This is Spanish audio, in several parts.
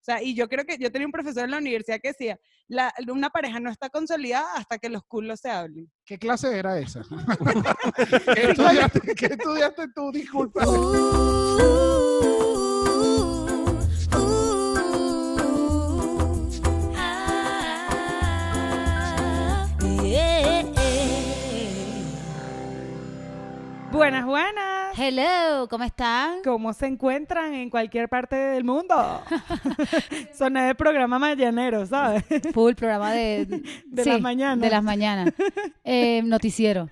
O sea, y yo creo que yo tenía un profesor en la universidad que decía, la, una pareja no está consolidada hasta que los culos se hablen. ¿Qué clase era esa? ¿Qué, estudiaste, qué estudiaste tú? Disculpa. Buenas, buenas. Hello, ¿cómo están? ¿Cómo se encuentran en cualquier parte del mundo? Soné de programa mañanero, ¿sabes? Full programa de, De las mañanas. De las mañanas. Eh, noticiero.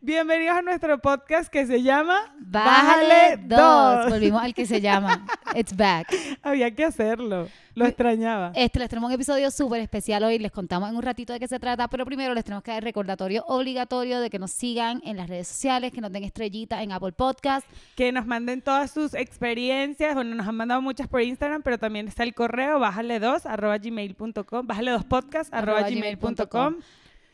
Bienvenidos a nuestro podcast que se llama Bájale dos. dos. Volvimos al que se llama It's Back. Había que hacerlo. Lo extrañaba. Este, les tenemos un episodio súper especial hoy. Les contamos en un ratito de qué se trata, pero primero les tenemos que dar el recordatorio obligatorio de que nos sigan en las redes sociales, que nos den estrellita en Apple Podcast. Que nos manden todas sus experiencias. Bueno, nos han mandado muchas por Instagram, pero también está el correo bájale dos arroba gmail.com. Bájale dos podcast arroba Arroba gmail.com.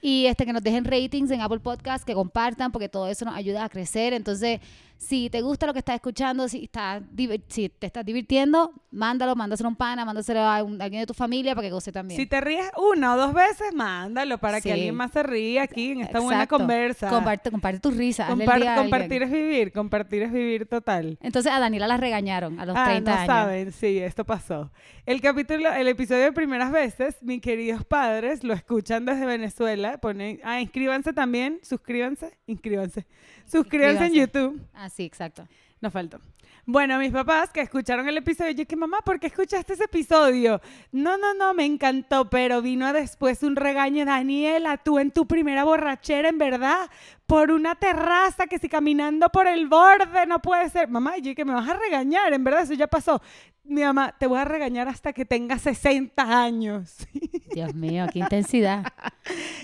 Y este, que nos dejen ratings en Apple Podcast, que compartan, porque todo eso nos ayuda a crecer. Entonces, si te gusta lo que estás escuchando, si, estás divir- si te estás divirtiendo, mándalo, mándaselo a un pana, mándaselo a, un- a alguien de tu familia para que goce también. Si te ríes una o dos veces, mándalo para Sí. que alguien más se ríe aquí en esta buena Exacto. conversa. Comparte, comparte tu risa. hazle el Compar- día a alguien. compartir es vivir, compartir es vivir total. Entonces a Daniela la regañaron a los ah, 30 no años. saben, sí, esto pasó. El capítulo, el episodio de primeras veces, mis queridos padres lo escuchan desde Venezuela. Ponen, ah, inscríbanse también, suscríbanse, inscríbanse. Suscríbanse en Inscríbanse. YouTube. Ah, sí, exacto. Nos faltó. Bueno, mis papás que escucharon el episodio, yo que mamá, ¿por qué escuchaste ese episodio? No, no, no, me encantó, pero vino después un regaño, Daniela, tú en tu primera borrachera, en verdad, por una terraza, que si caminando por el borde, no puede ser. Mamá, yo que me vas a regañar, en verdad, eso ya pasó. Mi mamá, te voy a regañar hasta que tengas 60 años. Dios mío, qué intensidad.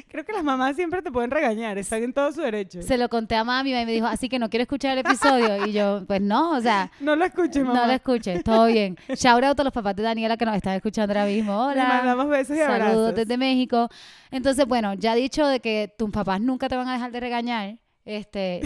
Creo que las mamás siempre te pueden regañar, están en todo su derecho. Se lo conté a mami y me dijo, así que no quiero escuchar el episodio. Y yo, pues no, o sea, No lo escuches, mamá. no lo escuches, todo bien. Shout out a los papás de Daniela que nos están escuchando ahora mismo. Hola. Les mandamos besos y abrazos. Saludos desde México. Entonces, bueno, ya dicho de que tus papás nunca te van a dejar de regañar, este,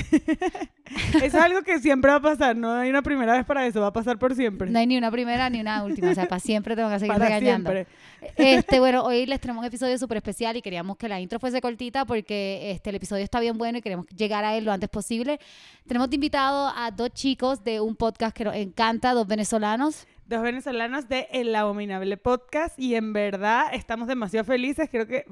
Es algo que siempre va a pasar, no hay una primera vez para eso, va a pasar por siempre. no hay ni una primera ni una última, o sea, para siempre te van a seguir para regañando. siempre. Este, bueno, hoy les tenemos un episodio súper especial y queríamos que la intro fuese cortita porque este, el episodio está bien bueno y queremos llegar a él lo antes posible. Tenemos de invitado a dos chicos de un podcast que nos encanta, dos venezolanos. Dos venezolanos de El Abominable Podcast y en verdad estamos demasiado felices, creo que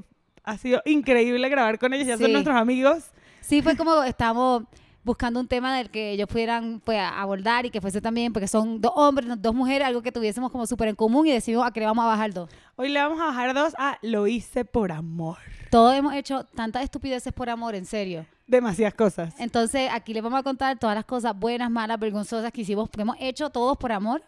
ha sido increíble grabar con ellos, ya son Sí. nuestros amigos. Sí, fue como estamos buscando un tema del que ellos pudieran pues, abordar y que fuese también, porque son dos hombres, no- dos mujeres, algo que tuviésemos como súper en común y decimos a qué le vamos a bajar dos. Hoy le vamos a bajar dos a Lo hice por amor. Todos hemos hecho tantas estupideces por amor, en serio. Demasiadas cosas. Entonces, aquí les vamos a contar todas las cosas buenas, malas, vergonzosas que hicimos, que hemos hecho todos por amor.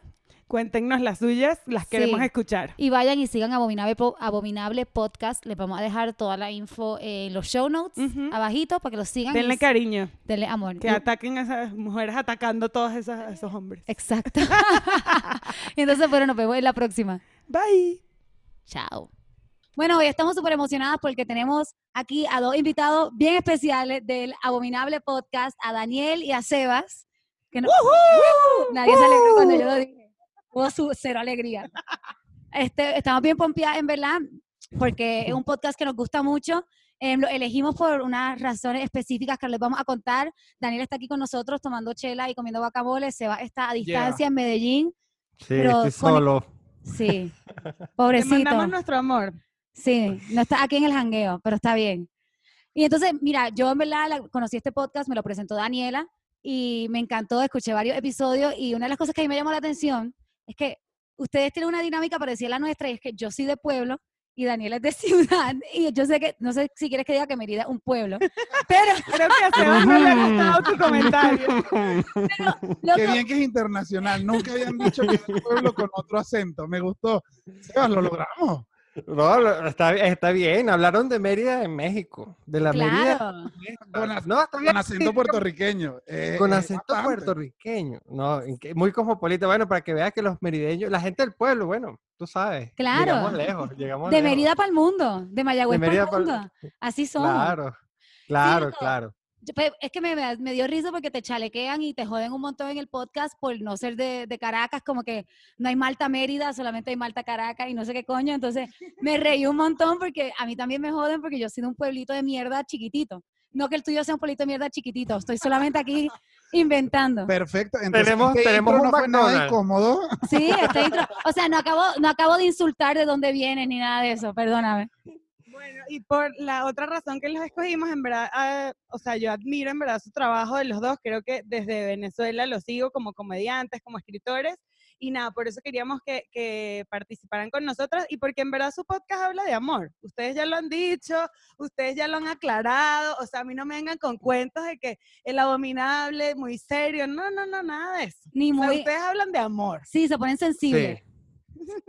Cuéntenos las suyas, las Sí. queremos escuchar. Y vayan y sigan Abominable, Po- Abominable Podcast. Les vamos a dejar toda la info en los show notes Ujú. abajito para que los sigan. y Denle s- cariño, denle amor. que Y- ataquen a esas mujeres atacando a todos esas- a esos hombres. Exacto. Entonces, bueno, nos vemos en la próxima. Bye. Chao. Bueno, hoy estamos súper emocionadas porque tenemos aquí a dos invitados bien especiales del Abominable Podcast, a Daniel y a Sebas. Que no- Nadie se alegró cuando yo lo dije. Hubo su cero alegría. Este, estamos bien pompeadas, en verdad, porque es un podcast que nos gusta mucho. Eh, lo elegimos por unas razones específicas que les vamos a contar. Daniel está aquí con nosotros tomando chela y comiendo guacamole. Sebas está a distancia en Medellín. Sí, Pero estoy con- solo. Sí, Te pobrecito. mandamos nuestro amor. Sí, no está aquí en el jangueo, pero está bien. Y entonces, mira, yo en verdad la- conocí este podcast, me lo presentó Daniela y me encantó, escuché varios episodios y una de las cosas que a mí me llamó la atención es que ustedes tienen una dinámica parecida a la nuestra y es que yo soy de pueblo y Daniela es de ciudad y yo sé que, no sé si quieres que diga que Mérida es un pueblo, pero, Creo que a Sebas no le ha gustado tu comentario. pero Qué loco, bien que es internacional. Nunca habían dicho que era un pueblo con otro acento. Me gustó. Sebas, lo logramos. No, lo- está, está bien. Hablaron de Mérida en México. De la Mérida. claro, Con, ac- No, está bien. con acento puertorriqueño. Eh, Con eh, acento bastante. puertorriqueño. No, en que- muy cosmopolita. Bueno, para que veas que los merideños, la gente del pueblo, bueno, tú sabes. Claro. Llegamos lejos. Llegamos de lejos. Mérida para el mundo, de Mayagüez para Mérida el pa'l- mundo, así son. Claro, claro, loco. claro. Yo, pe- Es que me, me- me dio risa porque te chalequean y te joden un montón en el podcast por no ser de, de Caracas, como que no hay Malta Mérida, solamente hay Malta Caracas y no sé qué coño. Entonces me reí un montón porque a mí también me joden porque yo soy de un pueblito de mierda chiquitito. No que el tuyo sea un pueblito de mierda chiquitito, estoy solamente aquí inventando. Perfecto. Entonces, Tenemos- este tenemos intro un no fue nada McDonald's. incómodo. Sí, este intro- O sea, no acabo, no acabo de insultar de dónde vienes ni nada de eso, perdóname. Bueno, y por la otra razón que los escogimos, en verdad, ah, o sea, yo admiro en verdad su trabajo de los dos. Creo que desde Venezuela los sigo como comediantes, como escritores. Y nada, por eso queríamos que, que participaran con nosotras y porque en verdad su podcast habla de amor. Ustedes ya lo han dicho, ustedes ya lo han aclarado. O sea, a mí no me vengan con cuentos de que el abominable, muy serio. No, no, no, nada de eso. Ni O sea, muy. ustedes hablan de amor. Sí, se ponen sensibles.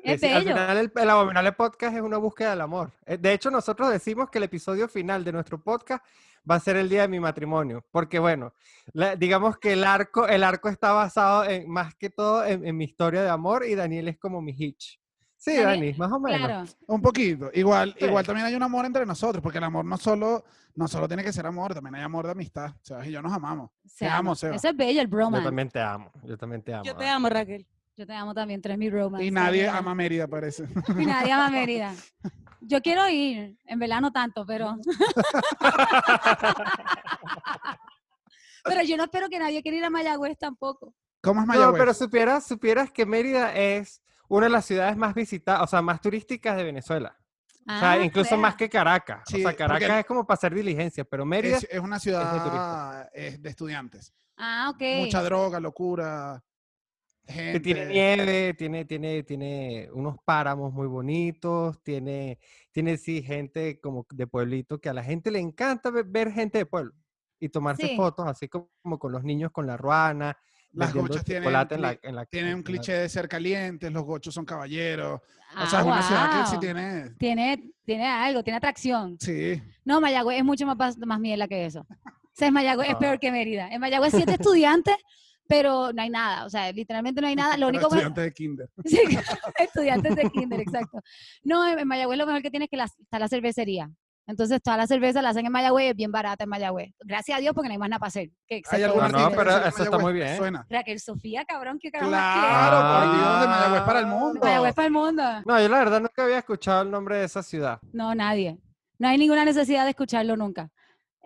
Es Sí, al bello. final el, el abominable podcast es una búsqueda del amor. Eh, De hecho, nosotros decimos que el episodio final de nuestro podcast va a ser el día de mi matrimonio, porque bueno, la- digamos que el arco, el arco está basado en, más que todo en, en mi historia de amor y Daniel es como mi hitch. Sí, Dani- Dani, más o menos. Claro. Un poquito. Igual, Sí. igual también hay un amor entre nosotros, porque el amor no solo, no solo tiene que ser amor, también hay amor de amistad. Sebas y yo nos amamos. Te Se ama. amo, Seba. Eso es bello, el Yo bromance. también te amo, yo también te amo. Yo te Dani. amo, Raquel. Yo te amo también, tú eres mi romance. Y nadie amiga. ama Mérida, parece. Y nadie ama Mérida. Yo quiero ir, en verdad no tanto, pero... pero yo no espero que nadie quiera ir a Mayagüez tampoco. ¿Cómo es No, Mayagüez? pero supieras, supieras que Mérida es una de las ciudades más visitadas, o sea, más turísticas de Venezuela. O sea, Ah, incluso vea. más que Caracas. o Sí, sea, porque- Caracas es como para hacer diligencias, pero Mérida es, es una ciudad es de estudiantes. Ah, ok. Mucha droga, locura. Que Gente. tiene nieve, tiene, tiene, tiene unos páramos muy bonitos, tiene, tiene sí gente como de pueblito que a la gente le encanta ve- ver, gente de pueblo y tomarse Sí. fotos así como, como con los niños con la ruana, Las vendiendo gochas tienen, chocolate en cli- la- en la- tienen en un la- cliché de ser calientes, los gochos son caballeros. Ah, o sea, es una ciudad que sí guau. tiene. tiene, tiene algo, tiene atracción. Sí. No, Mayagüez es mucho más, pas- más mierda que eso. O sea, es Mayagüez es Ah. peor que Mérida. En Mayagüez siete estudiantes, pero no hay nada. O sea, literalmente no hay nada. para Lo único bueno- estudiantes de kinder. Sí, estudiantes de kinder, exacto. No, en, en Mayagüez lo mejor que tiene es que la- está la cervecería. Entonces, toda la cerveza la hacen en Mayagüez, es bien barata en Mayagüez. Gracias a Dios porque no hay más nada para hacer. Que Hay excepto algún No, la no, artista que cerveza. pero sea de eso está Mayagüez, muy bien. Suena. Raquel Sofía, cabrón, qué carajo más Claro, por Dios, de Ah. Mayagüez para el mundo. quiere? Mayagüez para el mundo. No, yo la verdad nunca había escuchado el nombre de esa ciudad. No, nadie. No hay ninguna necesidad de escucharlo nunca.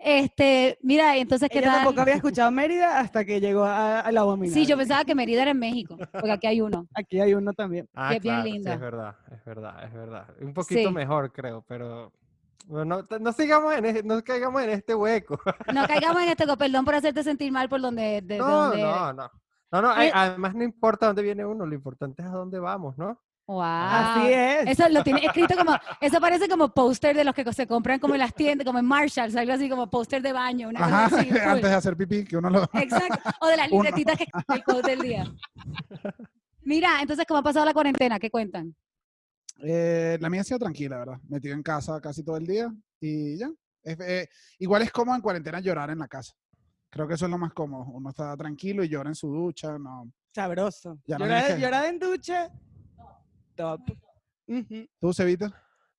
Este, mira, entonces, ¿qué Ella tal? tampoco ¿eh? había escuchado Mérida hasta que llegó a, a la abominable. Sí, yo pensaba que Mérida era en México, porque aquí hay uno. Aquí hay uno también. Ah, Que es bien claro, sí, linda. es verdad, es verdad, es verdad. Un poquito Sí. mejor, creo, pero bueno, no, no sigamos en este, no caigamos en este hueco. No caigamos en este, co- perdón por hacerte sentir mal por donde, de- de No, donde eres. no, no. No, no, ay, Eh, además no importa dónde viene uno, lo importante es a dónde vamos, ¿no? Wow. Así es. Eso lo tiene escrito como, eso parece como póster de los que se compran como en las tiendas, como en Marshalls, algo así como póster de baño, una cosa Ajá, así, full. antes de hacer pipí, que uno lo. Exacto. O de las Uno. libretitas que escribe el quote del día. Mira, entonces, ¿cómo ha pasado la cuarentena? ¿Qué cuentan? Eh, la mía ha sido tranquila, ¿verdad? Metido en casa casi todo el día y ya. Es- eh, igual es cómodo en cuarentena llorar en la casa. Creo que eso es lo más cómodo. Uno está tranquilo y llora en su ducha. No. Sabroso. Ya no llorada, tienes que- llorada en ducha. Top. Ujú. ¿Tú, Cevita?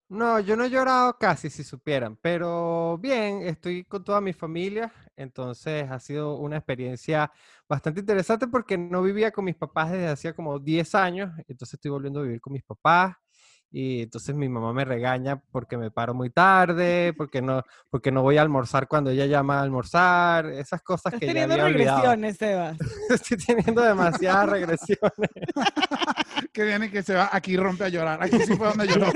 No, yo no he llorado casi, si supieran, pero bien, estoy con toda mi familia, entonces ha sido una experiencia bastante interesante porque no vivía con mis papás desde hacía como 10 años, entonces estoy volviendo a vivir con mis papás y entonces mi mamá me regaña porque me paro muy tarde, porque no, porque no voy a almorzar cuando ella llama a almorzar, esas cosas Estás que ya teniendo había olvidado. regresiones, Sebas. Estoy teniendo demasiadas regresiones. Que viene y que se va. Aquí rompe a llorar. Aquí sí fue donde lloró.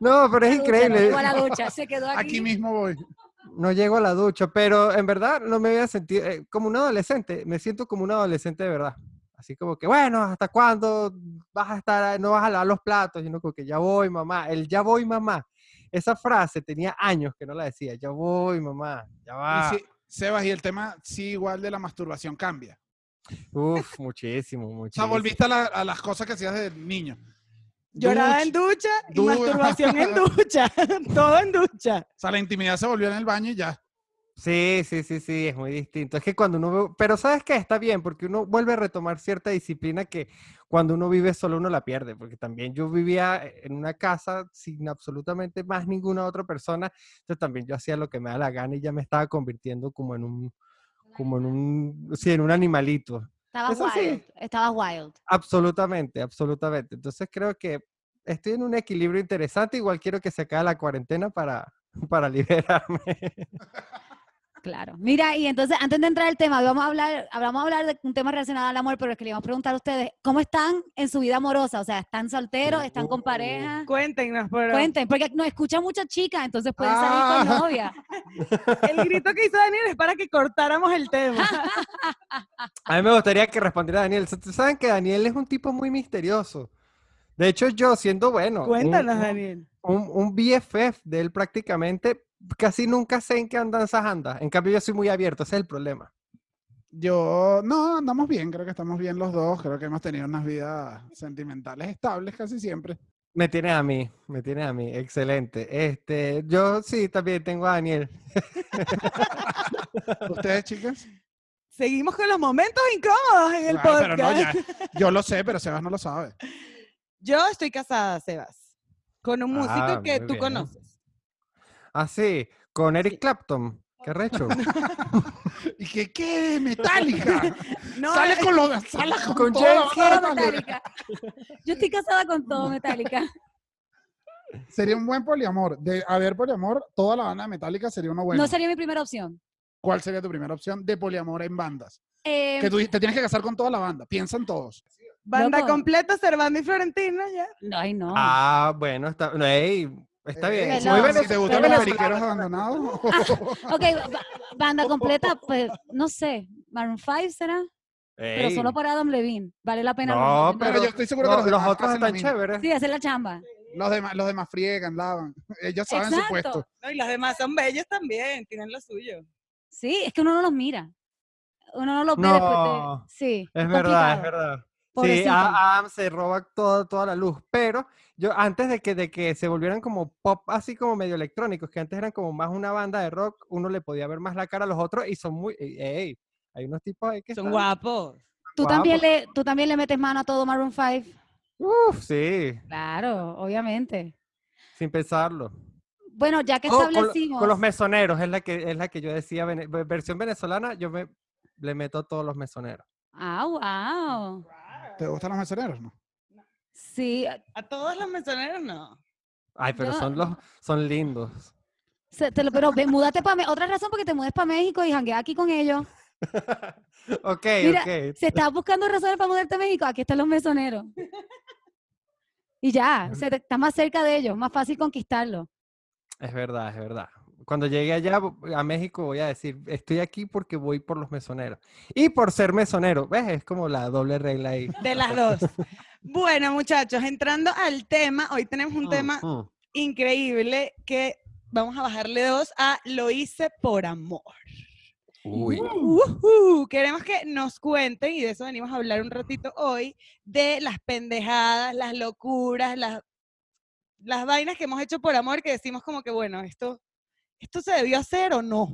No, pero La ducha, es no increíble. llegó a la ducha, se quedó aquí. Aquí mismo voy. No llego a la ducha, pero en verdad no me voy a sentir eh, como un adolescente. Me siento como un adolescente de verdad. Así como que, bueno, ¿hasta cuándo vas a estar, a- no vas a lavar los platos? Sino como que ya voy, mamá. El ya voy, mamá. Esa frase tenía años que no la decía. Ya voy, mamá. Ya va. Y sí, Sebas, y el tema sí igual de la masturbación cambia. Uf, muchísimo, O sea, muchísimo. volviste a, la- a las cosas que hacías de niño. Llorada en Ducha. ducha y ducha. masturbación en ducha. Todo en ducha. O sea, la intimidad se volvió en el baño y ya. Sí, sí, sí, sí, es muy distinto. Es que cuando uno, ve- pero sabes que está bien, porque uno vuelve a retomar cierta disciplina que cuando uno vive solo uno la pierde, porque también yo vivía eh, en una casa sin absolutamente más ninguna otra persona, entonces también yo hacía lo que me da la gana y ya me estaba convirtiendo como en un, como en un, sí, en un animalito. Estabas Eso sí. wild. Estabas wild. Absolutamente, absolutamente. Entonces creo que estoy en un equilibrio interesante, igual quiero que se acabe la cuarentena para, para liberarme. Claro. Mira, y entonces, antes de entrar al tema, vamos a hablar, vamos a hablar de un tema relacionado al amor, pero es que le vamos a preguntar a ustedes, ¿cómo están en su vida amorosa? O sea, ¿están solteros? ¿Están con Uh. pareja? Cuéntenos, pero Cuenten, porque nos escuchan muchas chicas, entonces pueden salir Ah. con novia. el grito que hizo Daniel es para que cortáramos el tema. A mí me gustaría que respondiera Daniel. Sa- Ustedes saben que Daniel es un tipo muy misterioso. De hecho, yo siendo bueno, un- Cuéntanos, un, Daniel. un- un BFF de él prácticamente, casi nunca sé en qué andanzas anda. En cambio, yo soy muy abierto, ese es el problema. Yo, no, andamos bien, creo que estamos bien los dos, creo que hemos tenido unas vidas sentimentales estables casi siempre. Me tienes a mí, me tienes a mí, excelente. Este, yo sí también tengo a Daniel. ¿Ustedes, chicas? Seguimos con los momentos incómodos en el Claro, pero podcast. no, ya- yo lo sé, pero Sebas no lo sabe. Yo estoy casada, Sebas, con un músico Ah, que muy tú bien. conoces. Así, Ah, con Eric Clapton. Qué recho. ¿Y que qué? ¡Metálica! No, sale eh, con los... Sale con, Con toda la James banda Todo de Metallica. Metallica. Yo estoy casada con todo Metallica. Sería un buen poliamor. De haber poliamor, toda la banda de Metallica sería una buena. No sería mi primera opción. ¿Cuál sería tu primera opción de poliamor en bandas? Eh, Em, Que tú te tienes que casar con toda la banda. Piensan todos. banda Loco. completa, Servando y Florentino, ya. no, Ay, no. Ah, bueno, está, no, ey, está Eh, bien. si Muy te- si te gustan venezolano, los venezolano. periqueros abandonados. Ok, ba- banda completa, pues, no sé. Maroon 5 será, pero Ey. solo para Adam Levine. Vale la pena. No, Adam Levine. Pero yo estoy seguro que No, los, los demás otros hacen lo están mismo. chéveres. Sí, hacer la chamba. Los demás, los demás friegan, lavan. Ellos saben su Exacto. puesto. No, y los demás son bellos también, tienen lo suyo. Sí, es que uno no los mira. Uno no los ve No. después de. Sí. Es verdad, es complicado. verdad. Sí, ah, Pobrecito. a- Adam se roba toda, toda la luz, pero yo antes de que, de que se volvieran como pop, así como medio electrónicos, que antes eran como más una banda de rock, uno le podía ver más la cara a los otros y son muy, ey, ey, hay unos tipos ahí que Son están- guapos. ¿Tú, también le, tú también le metes mano a todo Maroon 5. Uf, sí, Claro, obviamente. sin pensarlo. Bueno, ya que Oh, con lo- establecimos. con, los mesoneros es la que es la que yo decía, vene- ve- versión venezolana, yo me le meto a todos los mesoneros. Ah, wow. ¿Te gustan los mesoneros? No. Sí. eh, A todos los mesoneros no. Ay, pero Yo- son los son lindos. se- te lo- pero ve, múdate para Otra razón porque te mudes para México y janguea aquí con ellos. ok, Mira, ok. Se está buscando razones para mudarte a México. Aquí están los mesoneros. Y ya, se te- estás más cerca de ellos, más fácil conquistarlo. Es verdad, es verdad. Cuando llegue allá vo- a México voy a decir, estoy aquí porque voy por los mesoneros. Y por ser mesonero, ¿ves? Es como la doble regla ahí. De las dos. bueno, muchachos, entrando al tema, hoy tenemos un Mm, tema mm. increíble que vamos a bajarle dos a Lo hice por amor. Uh. Uy. Ujú, Queremos que nos cuenten, y de eso venimos a hablar un ratito hoy, de las pendejadas, las locuras, las, las vainas que hemos hecho por amor, que decimos como que, bueno, esto, esto se debió hacer o no.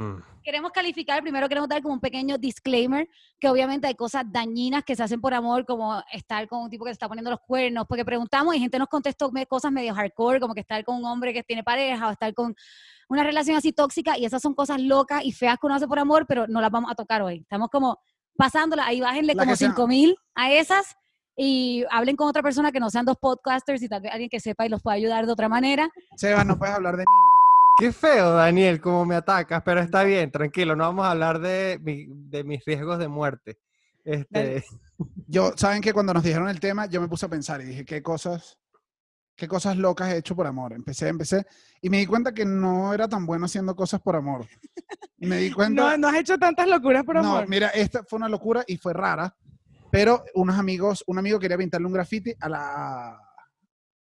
Mm. Queremos calificar, primero queremos dar como un pequeño disclaimer, que obviamente hay cosas dañinas que se hacen por amor, como estar con un tipo que se está poniendo los cuernos, porque preguntamos y gente nos contestó me- cosas medio hardcore, como que estar con un hombre que tiene pareja o estar con una relación así tóxica, y esas son cosas locas y feas que uno hace por amor, pero no las vamos a tocar hoy. Estamos como pasándolas, ahí bájenle La que como sea. 5 mil a esas y hablen con otra persona que no sean dos podcasters y tal vez alguien que sepa y los pueda ayudar de otra manera. Sebas, no puedes hablar de Qué feo, Daniel, cómo me atacas, pero está bien, tranquilo, no vamos a hablar de, mi- de mis riesgos de muerte. Dale. Este, Yo, saben que cuando nos dijeron el tema, yo me puse a pensar y dije, ¿qué cosas, qué cosas locas he hecho por amor? Empecé, empecé, y me di cuenta que no era tan bueno haciendo cosas por amor. Y me di No, cuenta, no has hecho tantas locuras por no, amor. mira, esta fue una locura y fue rara, pero unos amigos, un amigo quería pintarle un graffiti a la,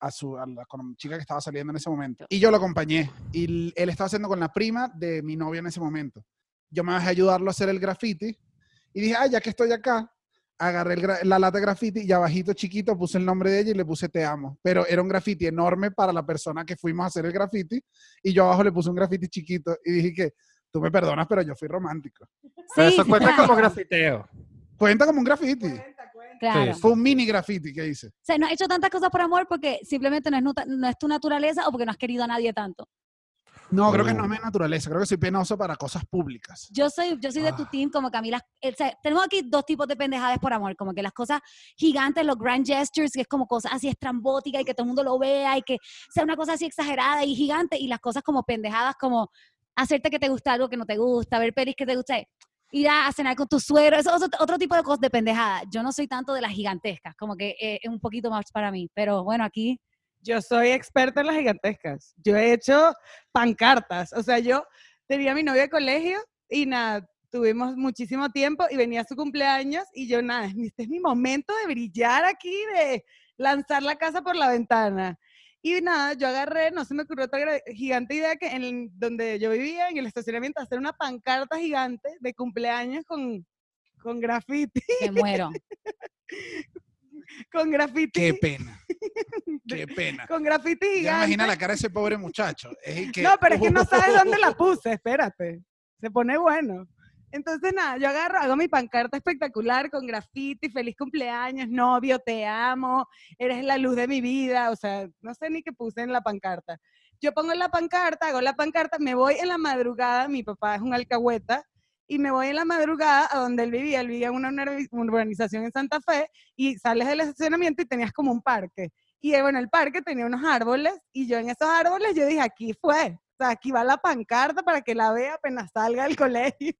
a su, a la con- chica que estaba saliendo en ese momento. Y yo lo acompañé, y l- él estaba haciendo con la prima de mi novia en ese momento. Yo me bajé a ayudarlo a hacer el graffiti, y dije, ah, ya que estoy acá, agarré el gra- la lata de graffiti y abajito chiquito puse el nombre de ella y le puse te amo. Pero era un graffiti enorme para la persona que fuimos a hacer el graffiti y yo abajo le puse un graffiti chiquito y dije que, Tú me perdonas, pero yo fui romántico. Pero eso cuenta claro, como grafiteo. Cuenta Pues como un graffiti. Pues, claro. Fue un mini graffiti que hice. O sea, no has hecho tantas cosas por amor porque simplemente no es, nuta- no es tu naturaleza o porque no has querido a nadie tanto. No, creo que Uh. no es mi naturaleza. Creo que soy penoso para cosas públicas. Yo soy, yo soy de tu Ah. team como Camila. eh, O sea, tenemos aquí dos tipos de pendejadas por amor, como que las cosas gigantes, los grand gestures, que es como cosas así estrambóticas y que todo el mundo lo vea y que sea una cosa así exagerada y gigante, y las cosas como pendejadas, como hacerte que te gusta algo que no te gusta, ver pelis que te gusta, eh, ir a a cenar con tu suegro, eso es otro tipo de cosas de pendejada. Yo no soy tanto de las gigantescas, como que eh, es un poquito más para mí, pero bueno, aquí Yo soy experta en las gigantescas. Yo he hecho pancartas. O sea, yo tenía a mi novia de colegio y nada, tuvimos muchísimo tiempo y venía su cumpleaños y yo nada, es mi- este es mi momento de brillar aquí, de lanzar la casa por la ventana. Y nada, yo agarré, no se me ocurrió otra gra- gigante idea que en el- donde yo vivía, en el estacionamiento, hacer una pancarta gigante de cumpleaños con, con graffiti, me muero. con graffiti, Qué pena. Qué pena. con graffiti Ya me gigante. imagino la cara de ese pobre muchacho. Es que- No, pero es que no sabes dónde la puse, espérate. Se pone bueno. Entonces, nada, yo agarro, hago mi pancarta espectacular con graffiti, feliz cumpleaños, novio, te amo, eres la luz de mi vida, o sea, no sé ni qué puse en la pancarta. Yo pongo la pancarta, hago la pancarta, me voy en la madrugada, mi papá es un alcahueta, y me voy en la madrugada a donde él vivía, él vivía en una unir- urbanización en Santa Fe, y sales del estacionamiento y tenías como un parque. Y eh, bueno, el parque tenía unos árboles y yo en esos árboles yo dije, aquí fue. O sea, aquí va la pancarta para que la vea apenas salga del colegio.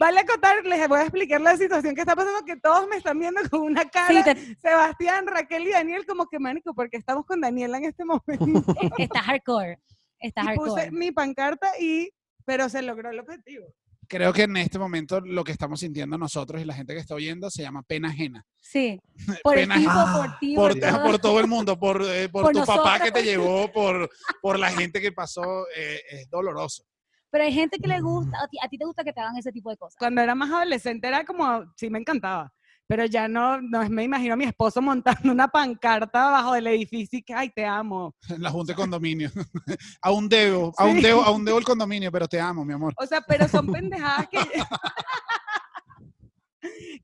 Vale acotar, les voy a explicar la situación que está pasando, que todos me están viendo con una cara. Sí, te- Sebastián, Raquel y Daniel, como que manico, porque estamos con Daniela en este momento. está hardcore. Está Y puse hardcore. mi pancarta y, pero se logró el objetivo. Creo que en este momento lo que estamos sintiendo nosotros y la gente que está oyendo se llama pena ajena. Sí. Por el Pena tipo, ajena. por ti, Ah, Por, por por todo. todo. el mundo, por, eh, por Por tu papá que nosotros. te llevó, por, por la gente que pasó. eh, es doloroso. Pero hay gente que le gusta, a ti, a ti te gusta que te hagan ese tipo de cosas. Cuando era más adolescente era como, sí me encantaba, pero ya no, no es- me imagino a mi esposo montando una pancarta abajo del edificio y que, ay, te amo. En la junta de condominio. a un dedo, a un Sí. dedo, a un dedo el condominio, pero te amo, mi amor. O sea, pero son pendejadas que...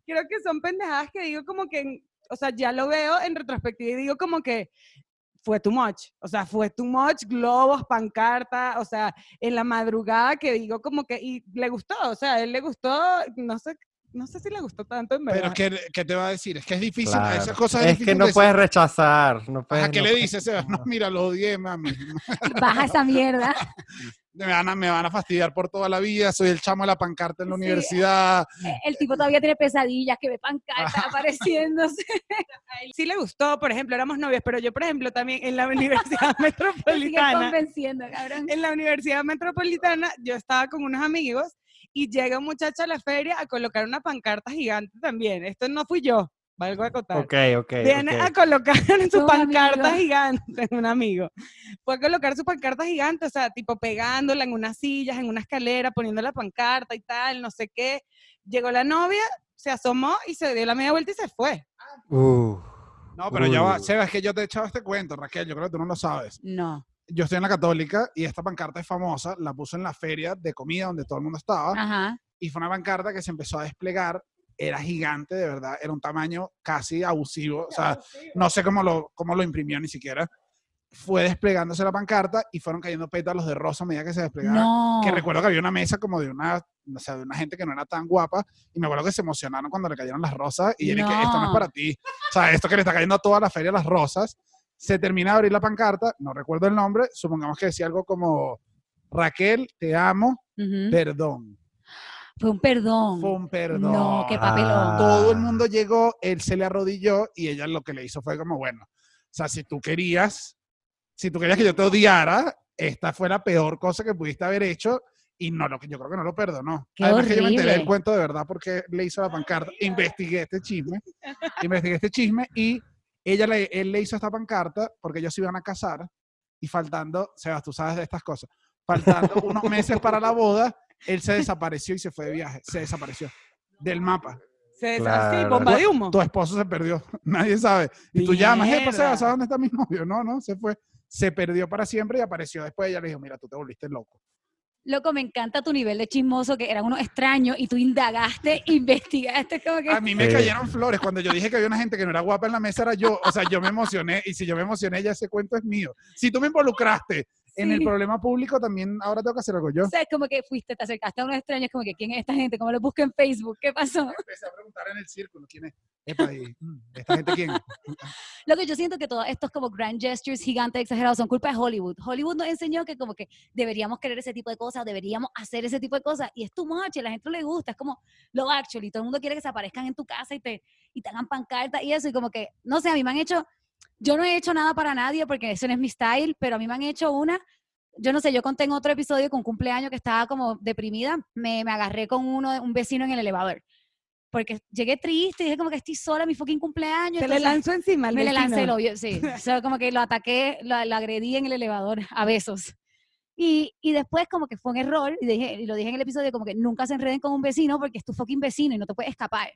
Creo que son pendejadas que digo como que, en- o sea, ya lo veo en retrospectiva y digo como que fue too much, o sea, fue too much, globos, pancarta, o sea, en la madrugada que digo como que, y le gustó, o sea, a él le gustó, no sé, no sé si le gustó tanto en Pero verdad. ¿qué, qué te va a decir? Es que es difícil. Claro. Esas cosas es que difícil no decir. puedes rechazar. No puedes, Ajá, ¿Qué no le puedes- dices, Sebas? No, no. mira, lo odié, mami. Baja esa mierda. Me van, a, me van a fastidiar por toda la vida. Soy el chamo de la pancarta en la Sí. universidad. El tipo todavía tiene pesadillas, que ve Ah. pancartas apareciéndose. sí le gustó, por ejemplo, éramos novios, pero yo, por ejemplo, también en la Universidad Te sigue Metropolitana, convenciendo, cabrón. en la Universidad Metropolitana, yo estaba con unos amigos y llega un muchacho a la feria a colocar una pancarta gigante también. Esto no fui yo, valgo a acotar. Ok, ok. Viene ok. a colocar su Un pancarta amigo. gigante, un amigo. Fue a colocar su pancarta gigante, o sea, tipo pegándola en unas sillas, en una escalera, poniendo la pancarta y tal, no sé qué. Llegó la novia, se asomó y se dio la media vuelta y se fue. Uh, No, pero ya va. Uh. Sebas, es que yo te he echado este cuento, Raquel. Yo creo que tú no lo sabes. No. Yo estoy en la Católica y esta pancarta es famosa. La puso en la feria de comida donde todo el mundo estaba. Ajá. y fue una pancarta que se empezó a desplegar. Era gigante, de verdad. Era un tamaño casi abusivo. O sea, no sé cómo lo, cómo lo imprimió ni siquiera. Fue desplegándose la pancarta y fueron cayendo pétalos de rosa a medida que se desplegaba. No. Que recuerdo que había una mesa como de una, o sea, de una gente que no era tan guapa. Y me acuerdo que se emocionaron cuando le cayeron las rosas. Y él dije, esto no es No. para ti. O sea, esto que le está cayendo a toda la feria las rosas. Se termina de abrir la pancarta. No recuerdo el nombre. Supongamos que decía algo como, Raquel, te amo, Ujú. perdón. Fue un perdón. Fue un perdón. No, qué ah, papelón. Todo el mundo llegó, él se le arrodilló y ella lo que le hizo fue como, bueno, o sea, si tú querías, si tú querías que yo te odiara, esta fue la peor cosa que pudiste haber hecho y no lo que yo creo que no lo perdonó. Qué Además que yo me enteré del horrible. cuento de verdad porque le hizo la pancarta, investigué este chisme, investigué este chisme y ella le, él le hizo esta pancarta porque ellos se iban a casar y faltando, Sebas, tú sabes de estas cosas, faltando unos meses para la boda, él se desapareció y se fue de viaje, se desapareció del mapa. Se des- así, Claro. bomba de humo. Tu esposo se perdió, nadie sabe. Y tú llamas, "Epa, Sebas, Mierda. ¿sabes dónde está mi novio? No, no, se fue. Se perdió para siempre y apareció después. Ella le dijo, mira, tú te volviste loco. Loco, me encanta tu nivel de chismoso, que eran unos extraños y tú indagaste, investigaste, como que... A mí me Sí. cayeron flores cuando yo dije que había una gente que no era guapa en la mesa, era yo. O sea, yo me emocioné y si yo me emocioné, ya ese cuento es mío. Si tú me involucraste en el Sí. problema público, también ahora tengo que hacer algo yo. O sea, es como que fuiste, te acercaste a unos extraños, como que, ¿quién es esta gente? ¿Cómo lo busco en Facebook? ¿Qué pasó? Empecé a preguntar en el círculo quién es. Epa, y, mm, ¿esta gente quién? Lo que yo siento que todos estos como grand gestures gigantes exagerados son culpa de Hollywood. Hollywood nos enseñó que como que deberíamos querer ese tipo de cosas, deberíamos hacer ese tipo de cosas y es too much, y a la gente no le gusta, es como lo actually, todo el mundo quiere que se aparezcan en tu casa y te y te hagan pancartas y eso y como que no sé, a mí me han hecho yo no he hecho nada para nadie porque eso no es mi style, pero a mí me han hecho una yo no sé, yo conté en otro episodio con cumpleaños que estaba como deprimida, me, me agarré con uno, un vecino en el elevador. Porque llegué triste, dije como que estoy sola, mi fucking cumpleaños. Te le entonces- lanzó encima al me le vecino. lancé el obvio, sí. O sea, como que lo ataqué, lo, lo agredí en el elevador a besos. Y, y después como que fue un error, y, dije, y lo dije en el episodio, como que nunca se enreden con un vecino porque es tu fucking vecino y no te puedes escapar.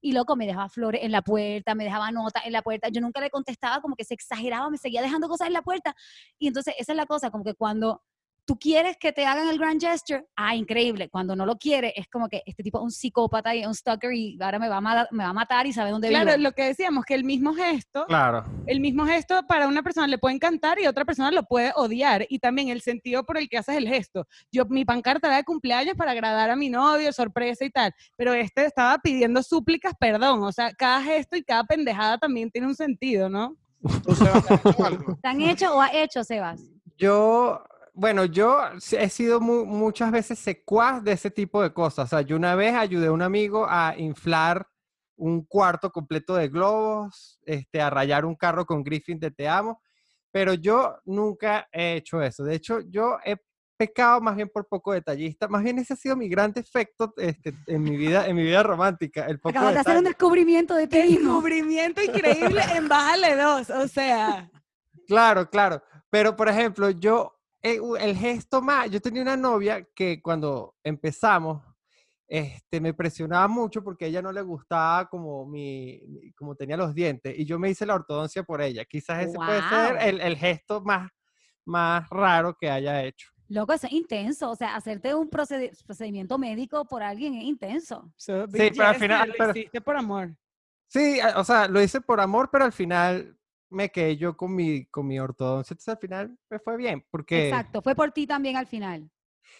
Y loco, me dejaba flores en la puerta, me dejaba notas en la puerta. Yo nunca le contestaba, como que se exageraba, me seguía dejando cosas en la puerta. Y entonces esa es la cosa, como que cuando tú quieres que te hagan el grand gesture, ah, increíble. Cuando no lo quieres, es como que este tipo es un psicópata y es un stalker y ahora me va a, ma- me va a matar y sabe dónde Claro, vivo. lo que decíamos, que el mismo gesto, Claro. el mismo gesto para una persona le puede encantar y otra persona lo puede odiar. Y también el sentido por el que haces el gesto. Yo, mi pancarta era de cumpleaños para agradar a mi novio, sorpresa y tal. Pero este estaba pidiendo súplicas, perdón. O sea, cada gesto y cada pendejada también tiene un sentido, ¿no? ¿Tú se vas a hacer algo? ¿Te han hecho o ha hecho, Sebas? Yo, bueno, yo sí he sido mu- muchas veces secuaz de ese tipo de cosas. O sea, yo una vez ayudé a un amigo a inflar un cuarto completo de globos, este, a rayar un carro con Griffin de Te Amo, pero yo nunca he hecho eso. De hecho, yo he pecado más bien por poco detallista. Más bien ese ha sido mi gran defecto este, en mi vida, en mi vida romántica, el poco Acabas de hacer un detalle. descubrimiento de ti mismo. Descubrimiento increíble en Bájale dos. O sea, Claro, claro. Pero, por ejemplo, yo, eh, u- el gesto más, yo tenía una novia que cuando empezamos, este, me presionaba mucho porque a ella no le gustaba como mi, mi- como tenía los dientes y yo me hice la ortodoncia por ella. Quizás ese puede ser Guau. el, el gesto más, más raro que haya hecho. Loco, eso es intenso. O sea, hacerte un procedi- procedimiento médico por alguien es intenso. so, Sí, pero al yes, final- Lo pero- hiciste por amor. Sí, a- o sea, lo hice por amor, pero al final me quedé yo con mi, con mi ortodoncia. Entonces, al final me fue bien porque... Exacto. Fue por ti también al final.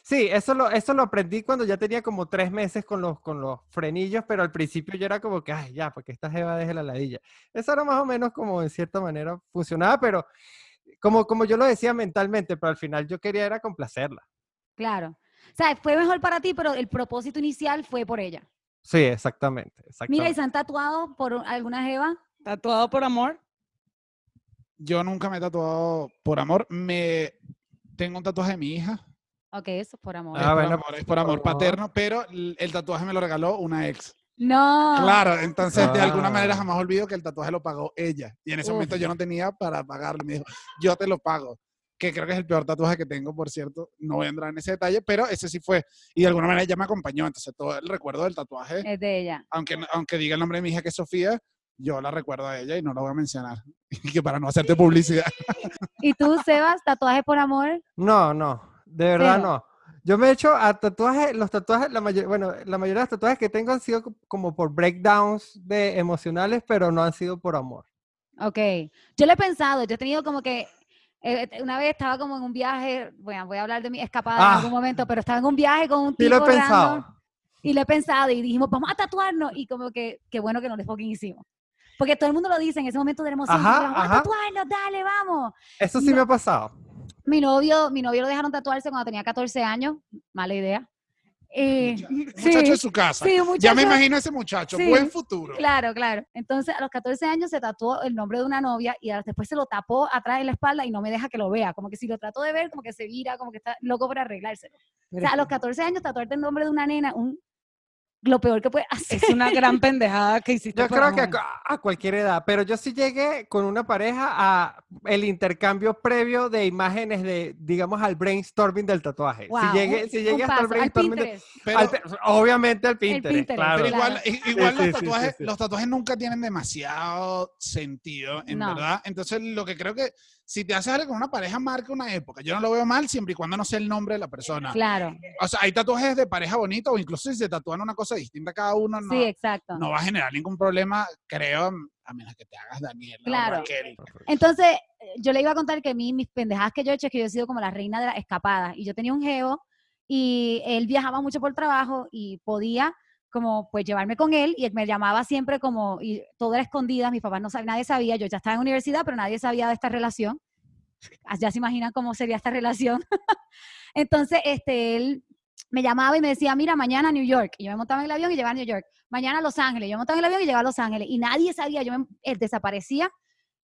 Sí, eso lo, eso lo aprendí cuando ya tenía como tres meses con los, con los frenillos, pero al principio yo era como que, ay, ya, porque esta jeva deje la ladilla. Eso era más o menos como en cierta manera funcionaba, pero como, como yo lo decía mentalmente, pero al final yo quería era complacerla. Claro. O sea, fue mejor para ti, pero el propósito inicial fue por ella. Sí, exactamente, Mira, ¿y exactamente. se han tatuado por un- alguna jeva? Tatuado por amor. Yo nunca me he tatuado por amor. Me tengo un tatuaje de mi hija. Ok, eso es por amor. Es Ah, por bueno, amor, es pues por amor por amor. paterno, pero l- el tatuaje me lo regaló una ex. No. Claro, entonces de alguna Ah. manera jamás olvido que el tatuaje lo pagó ella. Y en ese Uf. momento yo no tenía para pagarlo. Me dijo, yo te lo pago. Que creo que es el peor tatuaje que tengo, por cierto. No voy a entrar en ese detalle, pero ese sí fue. Y de alguna manera ella me acompañó. Entonces todo el recuerdo del tatuaje, Es de ella. aunque, no- aunque diga el nombre de mi hija que es Sofía, yo la recuerdo a ella y no la voy a mencionar. que para no hacerte publicidad. ¿Y tú, Sebas, tatuajes por amor? No, no, de verdad Cero. no. Yo me he hecho a tatuajes, los tatuajes, la mayor, bueno, la mayoría de los tatuajes que tengo han sido co- como por breakdowns de emocionales, pero no han sido por amor. Ok. Yo lo he pensado, yo he tenido como que. eh, eh, una vez estaba como en un viaje, bueno, voy a hablar de mi escapada en Ah. algún momento, pero estaba en un viaje con un Sí tipo lo he random. pensado. Y lo he pensado y dijimos, vamos a tatuarnos. Y como que, qué bueno que no les fucking hicimos. Porque todo el mundo lo dice en ese momento de la emoción. como Ajá, que, vamos a ajá. tatuarnos, dale, vamos. Eso sí No. me ha pasado. Mi novio, mi novio lo dejaron tatuarse cuando tenía 14 años. Mala idea. Eh, Muchacho de su casa. sí, Ya me muchacho- imagino ese muchacho. Sí. Buen futuro. Claro, claro. Entonces, a los 14 años se tatuó el nombre de una novia y a- después se lo tapó atrás en la espalda y no me deja que lo vea. Como que si lo trato de ver, como que se vira, como que está loco por arreglárselo. O sea, a los 14 años tatuarte el nombre de una nena, un lo peor que puede hacer. Es una gran pendejada que hiciste. Yo por creo que a, amor. a cualquier edad, pero yo sí llegué con una pareja a el intercambio previo de imágenes de, digamos, al brainstorming del tatuaje. Wow, si llegué, un- si un llegué hasta el paso, al brainstorming, del- Pinterest. Pero, al pe- obviamente al Pinterest, Pinterest, claro. pero claro. igual, i- igual sí, los, sí, tatuajes, sí, sí. los tatuajes nunca tienen demasiado sentido, en No. verdad. Entonces, lo que creo que si te haces algo con una pareja, marca una época. Yo no lo veo mal siempre y cuando no sé el nombre de la persona. Claro, O sea, hay tatuajes de pareja bonita o incluso si se tatúan una cosa distinta cada uno, no, sí, exacto. no va a generar ningún problema, creo, a menos que te hagas Daniela Claro. o Raquel. Entonces, eh, yo le iba a contar que a mí, mis pendejadas que yo he hecho es que yo he sido como la reina de las escapadas. Y yo tenía un jevo y él viajaba mucho por trabajo y podía como pues llevarme con él y él me llamaba siempre como, y todo era escondidas, mis papás no sabían, nadie sabía, yo ya estaba en universidad, pero nadie sabía de esta relación. Ah, Ya se imaginan cómo sería esta relación. Entonces, este, él me llamaba y me decía, mira, mañana a New York. Y yo me montaba en el avión y llegaba a New York. Mañana a Los Ángeles. Yo me montaba en el avión y llegaba a Los Ángeles. Y nadie sabía, yo me- él desaparecía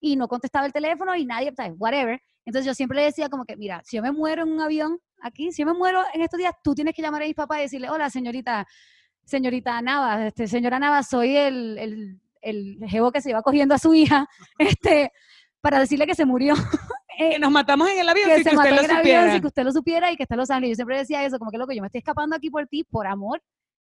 y no contestaba el teléfono y nadie, ¿sabes? whatever. Entonces yo siempre le decía como que, mira, si yo me muero en un avión aquí, si yo me muero en estos días, tú tienes que llamar a mis papás y decirle, hola, señorita, señorita Navas, este, señora Navas, soy el, el, el jevo que se iba cogiendo a su hija, este, para decirle que se murió, Que nos matamos en el avión Eh, que si se que mató usted lo en el avión, supiera. si que usted lo supiera y que está en Los Ángeles. Yo siempre decía eso, como que loco, yo me estoy escapando aquí por ti, por amor,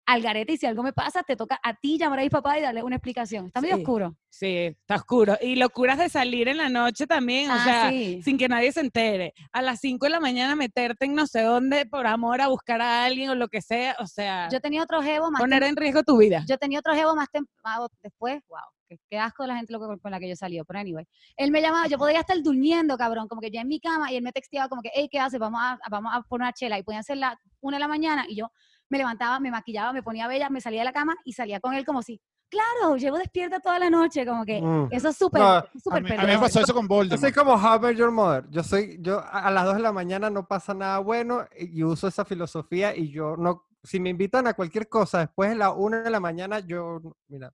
al garete, y si algo me pasa, te toca a ti llamar a mis papás y darle una explicación. Está medio Sí. oscuro. Sí, está oscuro. Y locuras de salir en la noche también, o Ah, sea, sí. sin que nadie se entere. A las 5 de la mañana meterte en no sé dónde por amor a buscar a alguien o lo que sea, o sea, Yo tenía otro jevo más poner en riesgo tu vida. Yo tenía otro jevo más temprano después, wow, qué, qué asco la gente loca con, con la que yo salí, pero anyway. Él me llamaba, yo podía estar durmiendo, cabrón, como que ya en mi cama, y él me texteaba como que, hey, ¿qué haces? Vamos a, vamos a poner una chela, y podían ser las una de la mañana, y yo me levantaba, me maquillaba, me ponía bella, me salía de la cama, y salía con él como si, claro, llevo despierta toda la noche, como que, Mm. eso es súper, No, A súper mí, a mí me perdedor. pasó eso con Yo soy Voldemort. como Hammer Your Mother. Yo soy, yo a a las 2 de la mañana no pasa nada bueno y y uso esa filosofía y yo no, si me invitan a cualquier cosa después de la 1 de la mañana, yo, no- mira,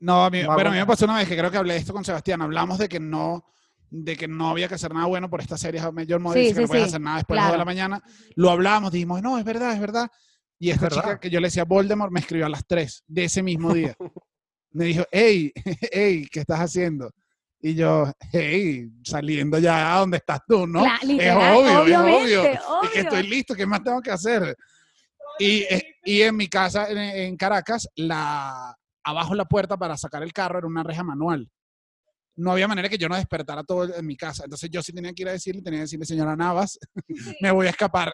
No, a mí, Vamos. pero a mí me pasó una vez que creo que hablé de esto con Sebastián. Hablamos de que no, de que no había que hacer nada bueno por esta serie How I Met Your Mother, Sí, dice que sí, no puedes sí, hacer nada después de las dos de la mañana. Lo hablamos, dijimos, no, es verdad, es verdad. Y esta verdad. chica que yo le decía Voldemort me escribió a las 3 de ese mismo día. me dijo, hey, hey, ¿qué estás haciendo? Y yo, hey, saliendo ya a donde estás tú, ¿no? Cla- literal, obvio, es obviamente, y que obvio. estoy listo, ¿qué más tengo que hacer? Y, eh, y en mi casa, en, en Caracas, la, abajo la puerta para sacar el carro era una reja manual. No había manera que yo no despertara todo el- en mi casa. Entonces yo sí tenía que ir a decirle, tenía que decirle, señora Navas, me voy a escapar.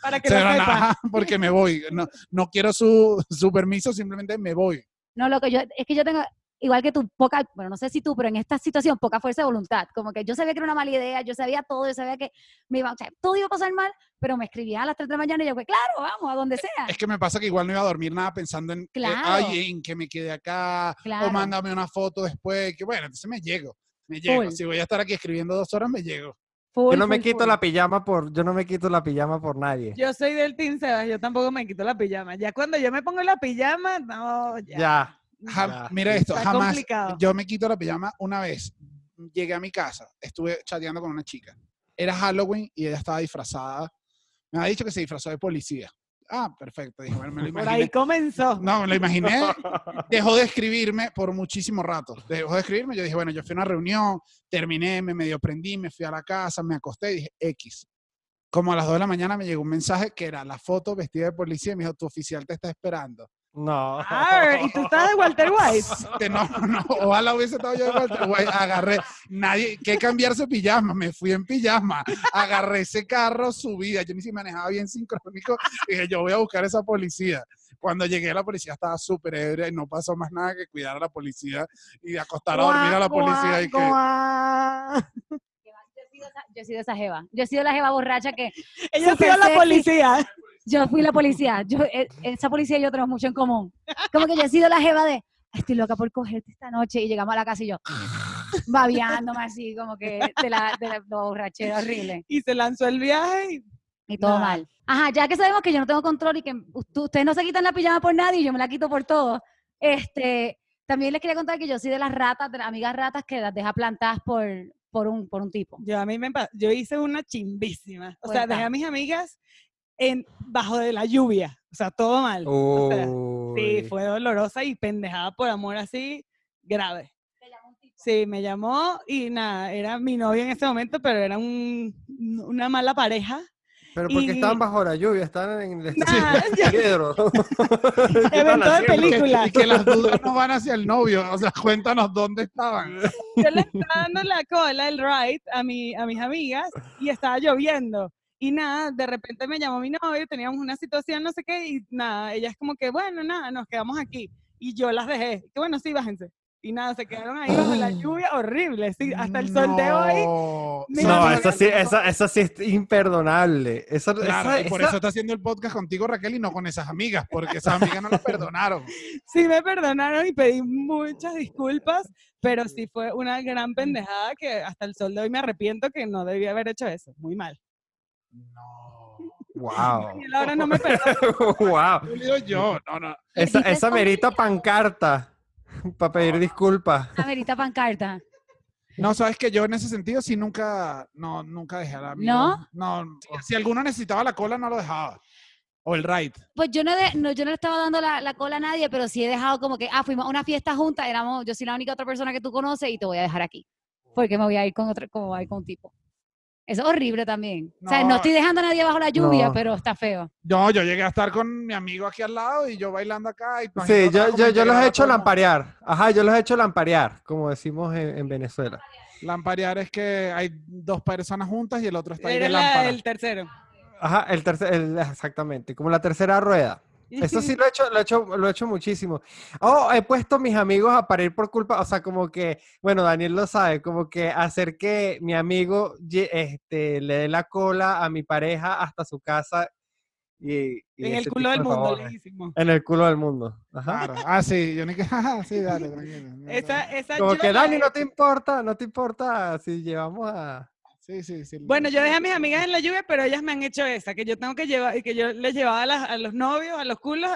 Para que lo Señora sepa. Navas, porque me voy. No, no quiero su, su permiso, simplemente me voy. No, lo que yo, es que yo tengo, igual que tú, poca, bueno, no sé si tú, pero en esta situación, poca fuerza de voluntad. Como que yo sabía que era una mala idea, yo sabía todo, yo sabía que me iba, o sea, todo iba a pasar mal, pero me escribía a las 3 de la mañana y yo, pues, claro, vamos, a donde sea. Es que me pasa que igual no iba a dormir nada pensando en, eh, Ah. Claro. ay, en que me quede acá, oh, Claro. o mándame una foto después, que bueno, entonces me llego, me llego. Full. Si voy a estar aquí escribiendo dos horas, me llego. yo no me quito la pijama por, yo no me quito la pijama por nadie. Yo soy del Team Sebas, yo tampoco me quito la pijama. Ya cuando yo me pongo la pijama, no, ya. Ya. Ja- Ya. Mira esto, Está jamás, complicado. yo me quito la pijama una vez, llegué a mi casa, estuve chateando con una chica, era Halloween y ella estaba disfrazada, me ha dicho que se disfrazó de policía. Ah, perfecto, dije, bueno, me lo Por imaginé. ahí comenzó. No, me lo imaginé. Dejó de escribirme por muchísimo rato. Dejó de escribirme. Yo dije, bueno, yo fui a una reunión, terminé, me medio prendí, me fui a la casa, me acosté y dije, X. Como a las 2 de la mañana me llegó un mensaje que era la foto vestida de policía y me dijo, tu oficial te está esperando. No. Arr, y tú estás de Walter White. Que Este, no, no, ojalá hubiese estado yo de Walter White. Agarré, nadie, que cambiarse pijama, me fui en pijama. Agarré ese carro, subida, yo ni si manejaba bien sincrónico. Dije, yo voy a buscar a esa policía. Cuando llegué, la policía estaba súper ebria y no pasó más nada que cuidar a la policía y acostar a dormir a la policía. Y que, Yo he sido esa- yo he sido esa jeva. Yo he sido la jeva borracha que Ella ha Súper sido la sexy. policía. yo fui la policía. Yo, e- esa policía y yo tenemos mucho en común. Como que yo he sido la jeva de, estoy loca por cogerte esta noche. Y llegamos a la casa y yo, babeándome así, como que de la, de la borrachera horrible. Y se lanzó el viaje y Y todo Nada. mal. Ajá, ya que sabemos que yo no tengo control y que us- tú- ustedes no se quitan la pijama por nadie y yo me la quito por todo. Este, también les quería contar que yo soy de las ratas, de las amigas ratas que las deja plantadas por, por, un, por un tipo. Yo a mí me pa- yo hice una chimbísima. O sea, Cuenta. dejé a mis amigas en, bajo de la lluvia. O sea, todo mal. O sea, sí, Uy. fue dolorosa y pendejada por amor así, grave. Sí, me llamó y nada, era mi novio en ese momento, pero era un- una mala pareja. Pero porque y- estaban bajo la lluvia, estaban en el Nah, estacionamiento de Pedro. Evento de Y que- película. Y que las dudas no van hacia el novio. O sea, cuéntanos dónde estaban. yo le estaba dando la cola, el ride, a, mi, a mis amigas y estaba lloviendo. Y nada, de repente me llamó mi novio, teníamos una situación, no sé qué, y nada, ellas como que, bueno, nada, nos quedamos aquí. Y yo las dejé. Que bueno, sí, bájense. Y nada, se quedaron ahí bajo la lluvia horrible, sí, hasta el sol de hoy. No. me No, mamá- eso sí, eso, eso sí es imperdonable. Eso, Claro, esa- y por esa- eso está haciendo el podcast contigo, Raquel, y no con esas amigas, porque esas amigas no las perdonaron. Sí me perdonaron y pedí muchas disculpas, pero sí fue una gran pendejada que hasta el sol de hoy me arrepiento que no debía haber hecho eso. Muy mal. No. Wow. Y ahora no me perdona. wow. Julio, yo, no, no. Esa, dijiste esa merita pancarta para pedir disculpas. Amerita pancarta. No, sabes que yo en ese sentido sí nunca, no, nunca dejé a la amiga. ¿No? No, si alguno necesitaba la cola, no lo dejaba. O el ride. Pues yo no, de- no- yo no le estaba dando la, la cola a nadie, pero sí he dejado como que, ah, fuimos a una fiesta juntas, éramos, yo soy la única otra persona que tú conoces y te voy a dejar aquí. Porque me voy a ir con otro, como voy a ir con un tipo. Eso es horrible también. O sea, No. no estoy dejando a nadie bajo la lluvia, No. pero está feo. No, yo llegué a estar con mi amigo aquí al lado y yo bailando acá. Y Sí, imagínate yo, cómo yo, yo los integraba he hecho todo el mundo. lamparear. Ajá, yo los he hecho lamparear, como decimos en, en Venezuela. Lamparear es que hay dos personas juntas y el otro está ahí de Era lámpara. la, el tercero. Ajá, el tercer, el- exactamente, como la tercera rueda. Eso sí lo he hecho, lo he hecho, lo he hecho muchísimo. Oh, he puesto a mis amigos a parir por culpa, o sea, como que, bueno, Daniel lo sabe, como que hacer que mi amigo lle- este, le dé la cola a mi pareja hasta su casa y, y En el ese culo tipo del de mundo, favores. le hicimos. En el culo del mundo. Ajá. Claro. Ah, sí, yo ni que, "Ah, sí, dale, tranquilo. Esa, esa Como yo que la Dani, he- no te importa, no te importa si llevamos a. Sí, sí, sí. Bueno, yo dejé a mis amigas en la lluvia, pero ellas me han hecho esa, que yo tengo que llevar, que yo les llevaba a, las- a los novios, a los culos,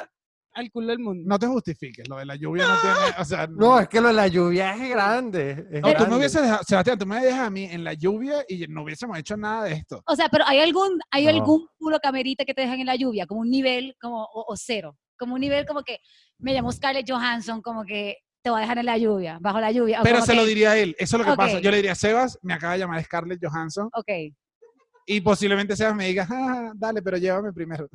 al culo del mundo. No te justifiques, lo de la lluvia no, tiene, o sea, No, es que lo de la lluvia es grande. No, es tú me grande. hubieses dejado, Sebastián, tú me dejas a mí en la lluvia y no hubiésemos hecho nada de esto. O sea, pero ¿hay algún, hay No. algún culo camerita que te dejan en la lluvia? Como un nivel, como, o, o cero. Como un nivel como que, me llamó Scarlett Johansson, como que te voy a dejar en la lluvia, bajo la lluvia. o Pero como se lo que, diría a él, eso es lo que Ah, Ok. pasa. Yo le diría, Sebas, me acaba de llamar Scarlett Johansson Ok. y posiblemente Sebas me diga, "Ah, dale, pero llévame primero.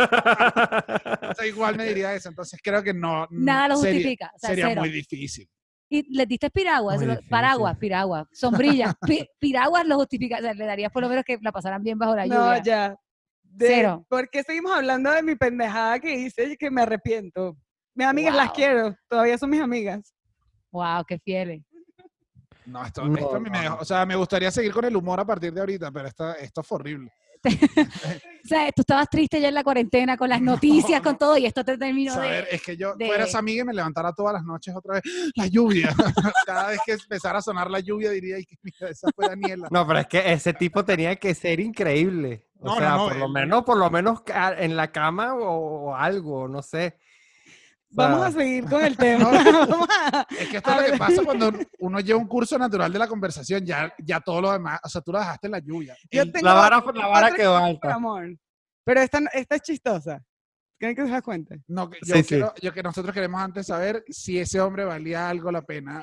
O sea, igual me diría eso, entonces creo que no. mm, Nada lo sería- justifica. O sea, Sería cero. muy difícil. Y les diste piraguas, Muy se lo- difícil. paraguas, piraguas, sombrilla, pi- piraguas lo justifica, o sea, le darías por lo menos que la pasaran bien bajo la lluvia. No, ya. De- Cero. ¿Por qué seguimos hablando de mi pendejada que hice y que me arrepiento? Mis amigas las Wow. quiero, todavía son mis amigas. Wow, qué fieles. No, esto, No, esto a mí me no, dejó- no. o sea, me gustaría seguir con el humor a partir de ahorita, pero esta, esto fue horrible. O sea, tú estabas triste ya en la cuarentena con las noticias, con todo, y esto te terminó Saber, de... es que yo de- fuera esa amiga y me levantara todas las noches otra vez. ¡Ah! La lluvia. Cada vez que empezara a sonar la lluvia diría, "Ay, que mira, esa fue Daniela. No, pero es que ese tipo tenía que ser increíble. O No, no, sea, no, por lo él- menos, por lo menos ca- en la cama o, o algo, no sé. Vamos Ah. a seguir con el tema. Vamos a- Es que esto A es lo que ver. pasa cuando uno lleva un curso natural de la conversación, ya, ya todo lo demás, o sea, tú lo dejaste en la lluvia. Eh, Yo El- tengo La vara, otra- la vara otra quedó por alta. amor. Pero esta, no- esta es chistosa. ¿Creen que se das cuenta? no, que- Sí, yo, sí. quiero- yo que nosotros queremos antes saber si ese hombre valía algo la pena.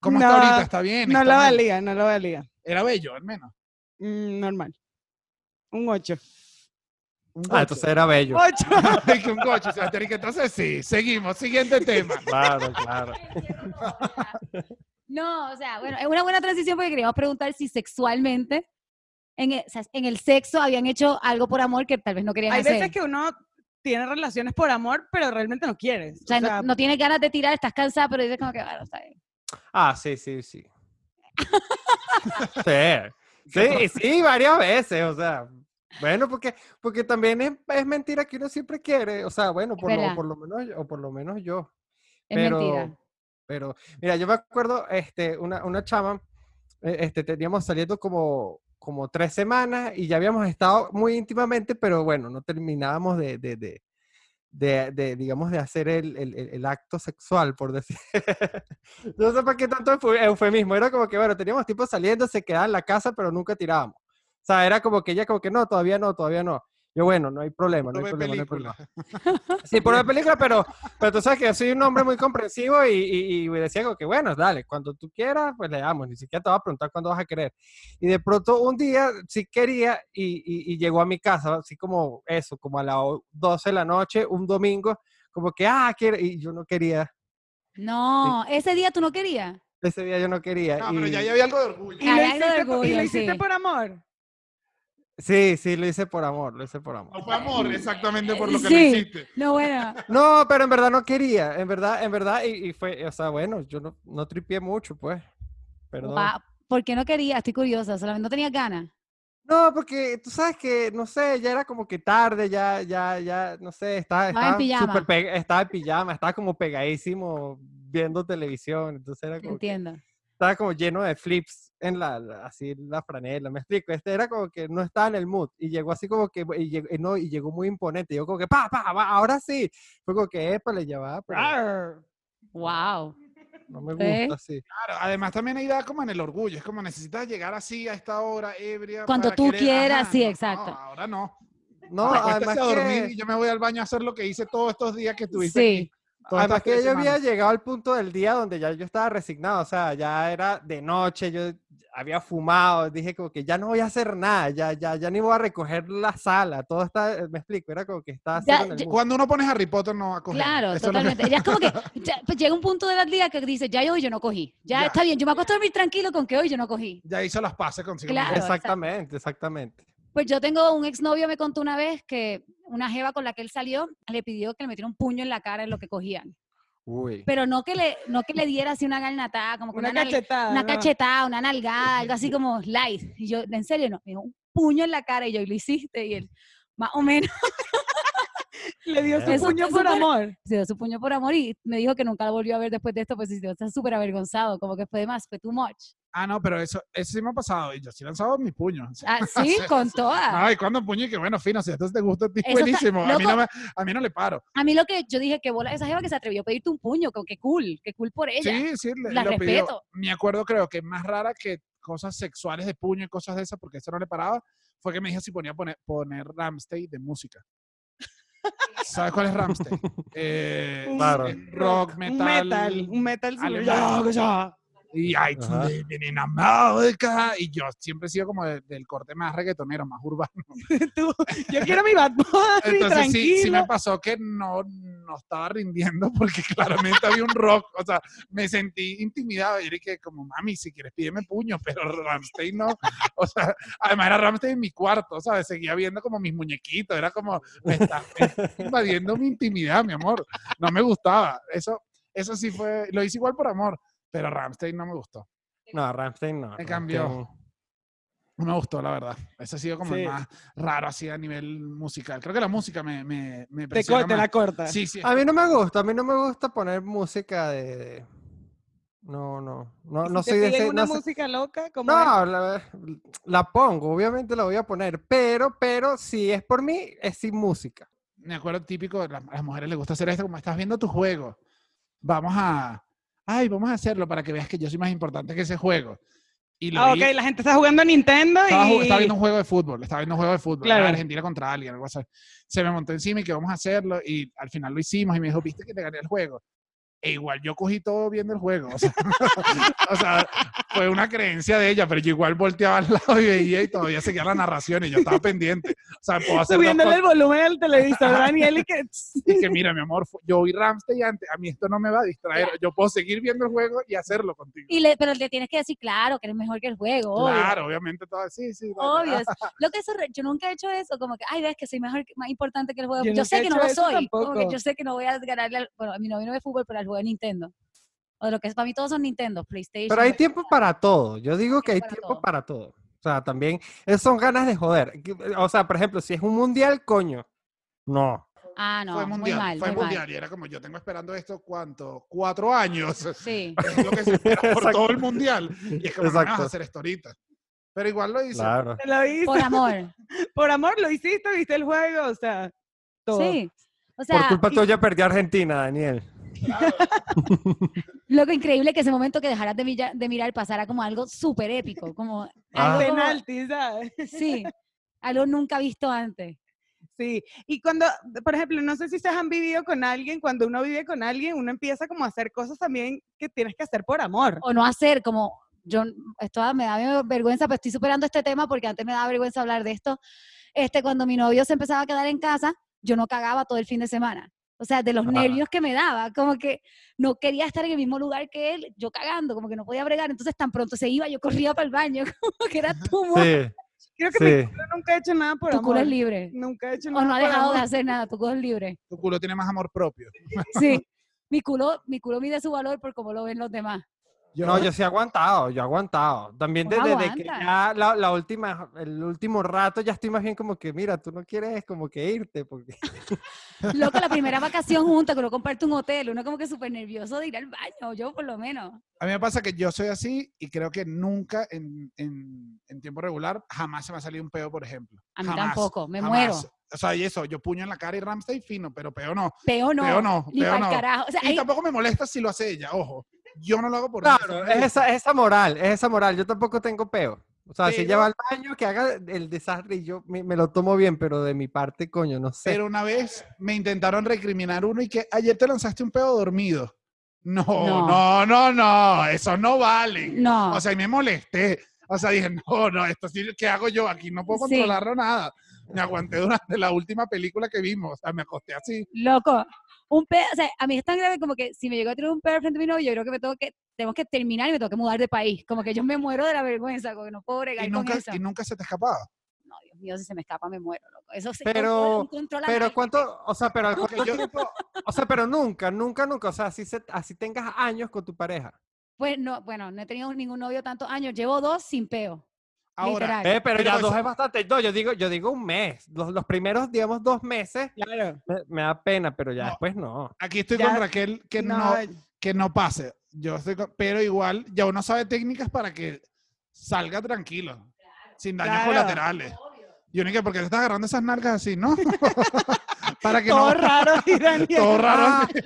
¿Cómo No, está ahorita? ¿Está bien? No ¿Está la mal? valía, no la valía. Era bello, al menos. Mm, normal. Un 8. Un Ah, gocho. entonces era bello. 8. Ay, que un gocho, Sebastián, y que entonces sí, seguimos. Siguiente tema. Claro, claro. No, o sea, bueno, es una buena transición porque queríamos preguntar si sexualmente, en el, o sea, en el sexo habían hecho algo por amor que tal vez no querían Hay hacer. veces que uno tiene relaciones por amor, pero realmente no quieres. O sea, no- no, no, tienes ganas de tirar, estás cansada, pero dices como que, bueno, está bien. Ah, sí, sí, sí. Sí. Sí, sí, varias veces, o sea. Bueno, porque, porque también es, es mentira que uno siempre quiere, o sea, bueno, por lo, verdad. por lo menos, yo- o por lo menos yo. Es mentira. Pero, mira, yo me acuerdo, este, una, una chama, eh, este, teníamos saliendo como, como tres semanas y ya habíamos estado muy íntimamente, pero bueno, no terminábamos de, de, de, de- de, digamos, de hacer el, el- el- el acto sexual, por decir. no sé por qué tanto eufo- eufemismo, era como que, bueno, teníamos tiempo saliendo, se quedaba en la casa, pero nunca tirábamos. O sea, era como que ella como que no, todavía no, todavía no. Yo, bueno, no hay problema, no No hay ve problema, no hay películas. problema. Sí, por la película, pero, pero tú sabes que yo soy un hombre muy comprensivo y, y, y decía como que, bueno, dale, cuando tú quieras, pues le damos, ni siquiera te va a preguntar cuándo vas a querer. Y de pronto un día sí quería y, y- y llegó a mi casa, así como eso, como a las o- 12 de la noche, un domingo, como que, ah, quiero, y yo no quería, No, ese día tú no querías. ese día yo no quería. No, pero y- ya ahí había algo de orgullo. Y lo Hay algo de hiciste, po- y lo orgullo, hiciste sí. por amor. Sí, sí, lo hice por amor, lo hice por amor. No pues. fue amor, exactamente por lo que Sí. le hiciste. No, bueno. No, pero en verdad no quería, en verdad, en verdad, y, y fue, o sea, bueno, yo no, no tripié mucho, pues, perdón. guau, ¿Por qué no querías? Estoy curiosa, solamente no tenía ganas. No, porque tú sabes que, no sé, ya era como que tarde, ya, ya, ya, no sé, Estaba estaba, en estaba, pijama. súper pe- estaba en pijama, estaba como pegadísimo viendo televisión, entonces era Te como, que entiendo. estaba como lleno de flips en la, la- así, en la franela, me explico, este era como que no estaba en el mood, y llegó así como que, y llegó, no, y llegó muy imponente, yo como que, pa, pa, va, ahora sí, fue como que, epa, le llevaba, pero Wow. no me ¿Ves? gusta así. Claro, además también hay edad como en el orgullo, es como necesitas llegar así a esta hora ebria. Cuando para tú quieras, ajá, sí, no, exacto. no, ahora no. No, Acuéstate además a dormir que... y yo me voy al baño a hacer lo que hice todos estos días que estuviste Sí. aquí. todas Además estas tres que yo había semanas. llegado al punto del día donde ya yo estaba resignado, o sea, ya era de noche, yo había fumado, dije como que ya no voy a hacer nada, ya, ya, ya ni voy a recoger la sala, todo está, me explico, era como que estaba Ya, cero en el ya- mood. Cuando uno pones Harry Potter no va a coger. Claro, Eso es lo que- totalmente. Ya es como que ya, pues, llega un punto de la liga que dice, ya hoy yo no cogí. Ya, Ya. está bien, yo me acuesto a dormir tranquilo con que hoy yo no cogí. ya hizo las pases consigo. Claro, exacto. exactamente, exactamente. Pues yo tengo un exnovio, me contó una vez que una jeva con la que él salió le pidió que le metiera un puño en la cara en lo que cogían. Uy. Pero no que le, no que le diera así una garnatada, como que una, Una nal- cachetada. una ¿no? cachetada, una nalgada, algo así como light. Y yo, en serio, no, me dijo, un puño en la cara y yo, y lo hiciste, y él, más o menos, Le dio su Eso puño fue por súper- amor. se dio su puño por amor y me dijo que nunca lo volvió a ver después de esto, pues sí, está súper avergonzado, como que fue de más, fue too much. Ah, no, pero eso, eso sí me ha pasado. Y yo sí he lanzado mis puños. Ah, sí, con toda. Ay, cuando puño y que bueno, fino, si esto te gusta, a ti, Eso está- buenísimo. a, mí loco. no me- a mí no le paro. A mí lo que yo dije, que bola esa jeva que se atrevió a pedirte un puño, como que cool, que cool por ella. Sí, sí, le, la lo pidió. respeto. Me acuerdo, creo que más rara que cosas sexuales de puño y cosas de esas, porque eso no le paraba, fue que me dijo si ponía poner, poner Ramstein de música. ¿Sabes cuál es Ramstein? Eh, Un Claro. es Rock, metal. Un metal. Un metal. súper- alemán. Y ahí Ajá. viene en América. Y yo siempre he sido como de- del corte más reggaetonero, más urbano. Tú, yo quiero mi Bad Bunny, Entonces sí, sí me tranquilo. pasó que no, no estaba rindiendo porque claramente había un rock, o sea, me sentí intimidado y dije como, mami, si quieres pídeme puño, pero Ramstein no, o sea, además era Ramstein en mi cuarto, ¿sabes? Seguía viendo como mis muñequitos, era como, me estás me estás invadiendo mi intimidad, mi amor, no me gustaba, eso, eso sí fue, lo hice igual por amor, pero Ramstein no me gustó, No, Ramstein no. Me cambió. Rammstein- no me gustó, la verdad, eso ha sido como el Sí. más raro así a nivel musical, creo que la música me, me, me Te, presiona co- te la más. corta. Sí, sí, A mí no me gusta, a mí no me gusta poner música de... de- No, no, no, Y si no te soy de piden ese... una no sé- música loca, como No, la, la pongo, obviamente la voy a poner, pero, pero si es por mí, es sin música. me acuerdo típico, de las- a las mujeres les gusta hacer esto, como estás viendo tu juego, vamos a, ay, vamos a hacerlo para que veas que yo soy más importante que ese juego. Y lo Ah, vi, ok, la gente está jugando a Nintendo estaba, y... ju- estaba viendo un juego de fútbol, estaba viendo un juego de fútbol, era Claro. Argentina contra alguien, algo así. Se me montó encima y que vamos a hacerlo, y al final lo hicimos, y me dijo, viste que te gané el juego. E igual yo cogí todo viendo el juego, o sea, o sea, fue una creencia de ella, pero yo igual volteaba al lado y veía y todavía seguía la narración y yo estaba pendiente. O sea, puedo hacer dos subiéndole cosas. el volumen al televisor, Daniel, y que... Y que mira, mi amor, fu- yo vi Ramstein antes, a mí esto no me va a distraer, yo puedo seguir viendo el juego y hacerlo contigo. Y le, pero le tienes que decir, claro, que eres mejor que el juego. obvio. Claro, obviamente todo sí, sí. dale, Obvio. ah, es- Lo que eso, re- yo nunca he hecho eso, como que, ay, ves que soy mejor, que- más importante que el juego. Yo Yo, nunca he sé que no hecho lo eso soy. Como que tampoco. yo sé que no voy a ganarle, al- bueno, a mi novio no ve fútbol, pero al juego de Nintendo. O lo que es, para mí todos son Nintendo, PlayStation. Pero hay Xbox. tiempo para todo. Yo digo que hay Tiempo para tiempo todo. para todo. O sea, también eh, son ganas de joder. Que, eh, O sea, por ejemplo, si es un mundial, coño. No. Ah, no, fue mundial, muy mal, fue muy mal. mundial y era como yo tengo esperando esto cuánto, cuatro años, Sí. es lo que se espera por Exacto. todo el mundial y es como no me vas a Exacto. hacer esto ahorita. Pero igual lo hice. Claro. Te lo hice. Por Por, amor. amor lo hiciste, viste el juego, o sea, todo. Sí. O Por sea, culpa tuya perdí a Argentina, Daniel. lo que increíble que ese momento que dejaras de, mira- de mirar pasara como algo súper épico, como Ah. Al algo como- penalti, ¿sabes? sí, algo nunca visto antes. Sí, y cuando, por ejemplo, no sé si ustedes han vivido con alguien, cuando uno vive con alguien, uno empieza como a hacer cosas también que tienes que hacer por amor. O no hacer, como yo, esto me da vergüenza, pero estoy superando este tema porque antes me daba vergüenza hablar de esto. Este, cuando mi novio se empezaba a quedar en casa, yo no cagaba todo el fin de semana. O sea, de los Ah. nervios que me daba, como que no quería estar en el mismo lugar que él, yo cagando, como que no podía bregar. Entonces tan pronto se iba, yo corría para el baño, como que era tu amor. Sí, Creo que mi sí. culo nunca he hecho nada por Tu amor. culo es libre. Nunca he hecho O nada no ha por dejado de amor. hacer nada, tu culo es libre. Tu culo tiene más amor propio. Sí. Mi culo, mi culo mide su valor por cómo lo ven los demás. No, yo sí he aguantado, yo he aguantado. También Pues desde, desde que aguanta. ya la, la última, el último rato ya estoy más bien como que, mira, tú no quieres como que irte, porque Loco, la primera vacación junta, que uno comparte un hotel, uno como que súper nervioso de ir al baño, yo por lo menos. A mí me pasa que yo soy así y creo que nunca en, en- en tiempo regular jamás se me ha salido un peo, por ejemplo. A mí Jamás, tampoco, me jamás. muero. O sea, y eso, yo puño en la cara y Ramsey fino, pero peo no. Peo no. Peo no, Ni peo pa'l no. carajo. O sea, Y ahí- tampoco me molesta si lo hace ella, ojo. Yo no lo hago por eso. claro, es esa, es esa moral, es esa moral. Yo tampoco tengo peo. O sea, si ella Pero- va al baño, que haga el desastre y yo me, me lo tomo bien, pero de mi parte, coño, no sé. Pero una vez me intentaron recriminar uno y que ayer te lanzaste un pedo dormido. No, No. no, no, no, eso no vale. no. O sea, y me molesté. O sea, dije, no, no, esto sí, ¿qué hago yo? Aquí no puedo Sí. controlarlo nada. Me aguanté durante la última película que vimos. O sea, me acosté así. Loco. Un peo, o sea, a mí es tan grave como que si me llegó a tirar un peo al frente de mi novio, yo creo que me tengo que, tenemos que terminar y me tengo que mudar de país. Como que yo me muero de la vergüenza, como que no puedo bregar Y con nunca, eso. y nunca se te escapaba. No, Dios mío, si se me escapa me muero, loco. Eso se Pero- controla- un controla Pero mal. cuánto, o sea, pero al Porque cuánto yo- tiempo- o sea, pero nunca, nunca, nunca, o sea, así, se- así tengas años con tu pareja. Pues no, bueno, no he tenido ningún novio tantos años, llevo dos sin peo. Ahora, literal. Eh, pero, Pero ya eso- dos es bastante. No, yo digo, yo digo un mes. Los, los primeros, digamos, dos meses Claro. me, me da pena, pero ya No. después no. aquí estoy Ya- con Raquel, que no, que no pase. Yo estoy con- pero igual, ya uno sabe técnicas para que salga tranquilo, sin daños Claro. colaterales. Y uno que, ¿por qué te estás agarrando esas nalgas así, no? para que todo no... raro y Daniel. todo raro. Ah, así.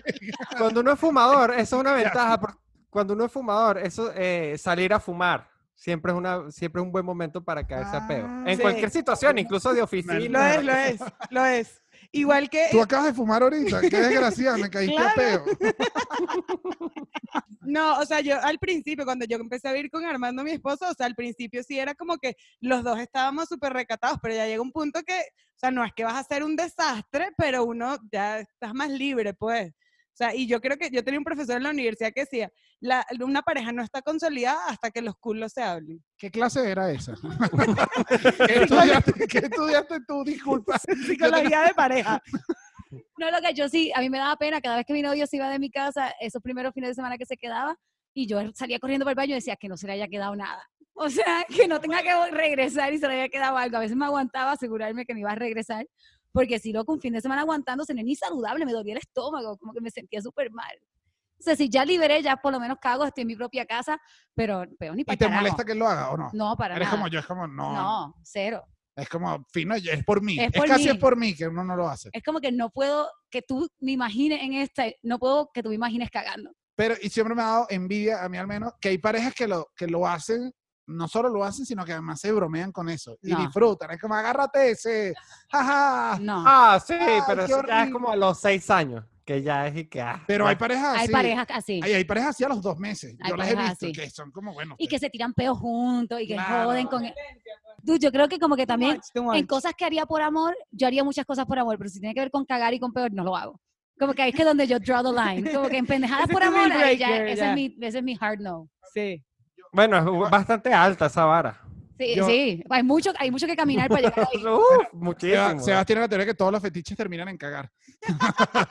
Cuando uno es fumador, eso es una ventaja. por- Cuando uno es fumador, eso eh, salir a fumar siempre es una, siempre es un buen momento para caerse a peo. Ah, En sí. cualquier situación, incluso de Lo oficina. es, lo es, lo es. Igual que Tú acabas de fumar ahorita, qué desgraciada, me caíste a peo. No, o sea, yo al principio, cuando yo empecé a vivir con Armando, mi esposo, o sea, al principio sí era como que los dos estábamos súper recatados, pero ya llega un punto que, o sea, no es que vas a ser un desastre, pero uno ya estás más libre, pues. O sea, y yo creo que yo tenía un profesor en la universidad que decía, la, una pareja no está consolidada hasta que los culos se hablen. ¿Qué clase era esa? ¿Qué, estudiaste, qué estudiaste tú? Disculpa. Psicología de pareja. No, lo que yo sí, a mí me daba pena cada vez que mi novio se iba de mi casa, esos primeros fines de semana que se quedaba, y yo salía corriendo para el baño y decía que no se le haya quedado nada. O sea, que no tenga que vol- regresar y se le haya quedado algo. A veces me aguantaba asegurarme que me iba a regresar, porque si loco, un fin de semana aguantándose no es ni saludable, me dolía el estómago, como que me sentía súper mal. O sea, si ya liberé, ya por lo menos cago, estoy en mi propia casa, pero peor ni ¿Y para te molesta que lo haga o no? No, para Eres nada. como yo, es como, no, No, cero. es como, fino, es por mí. Es Es, por casi mí. es por mí que uno no lo hace. Es como que no puedo que tú me imagines en esta, no puedo que tú me imagines cagando. Pero, y siempre me ha dado envidia, a mí al menos, que hay parejas que lo, que lo hacen, no solo lo hacen, sino que además se bromean con eso y No. disfrutan. Es como, agárrate ese, jaja. No. Ah, sí, Ay, pero qué eso ya es horrible. como a los seis años, que ya es y que. ah, Pero ya. hay parejas así. Hay parejas así. Hay, hay parejas así a los dos meses. Hay Yo las he parejas visto, así. que son como, bueno. y que se tiran peos juntos y que Claro. joden con... e-, Dude, yo creo que como que también Too much, too en much. cosas que haría por amor, yo haría muchas cosas por amor, pero si tiene que ver con cagar y con peor, no lo hago. Como que ahí es que donde yo draw the line. Como que en pendejadas Ese por es tu amor, deal ahí ya, breaker, ese, ya. Es mi, ese es mi hard no. Sí. Bueno, es bastante alta esa vara. Sí, Yo- sí. Hay mucho, hay mucho que caminar para llegar ahí. Uf, Seba- muchísimo. Sebas tiene la teoría que todos los fetiches terminan en cagar.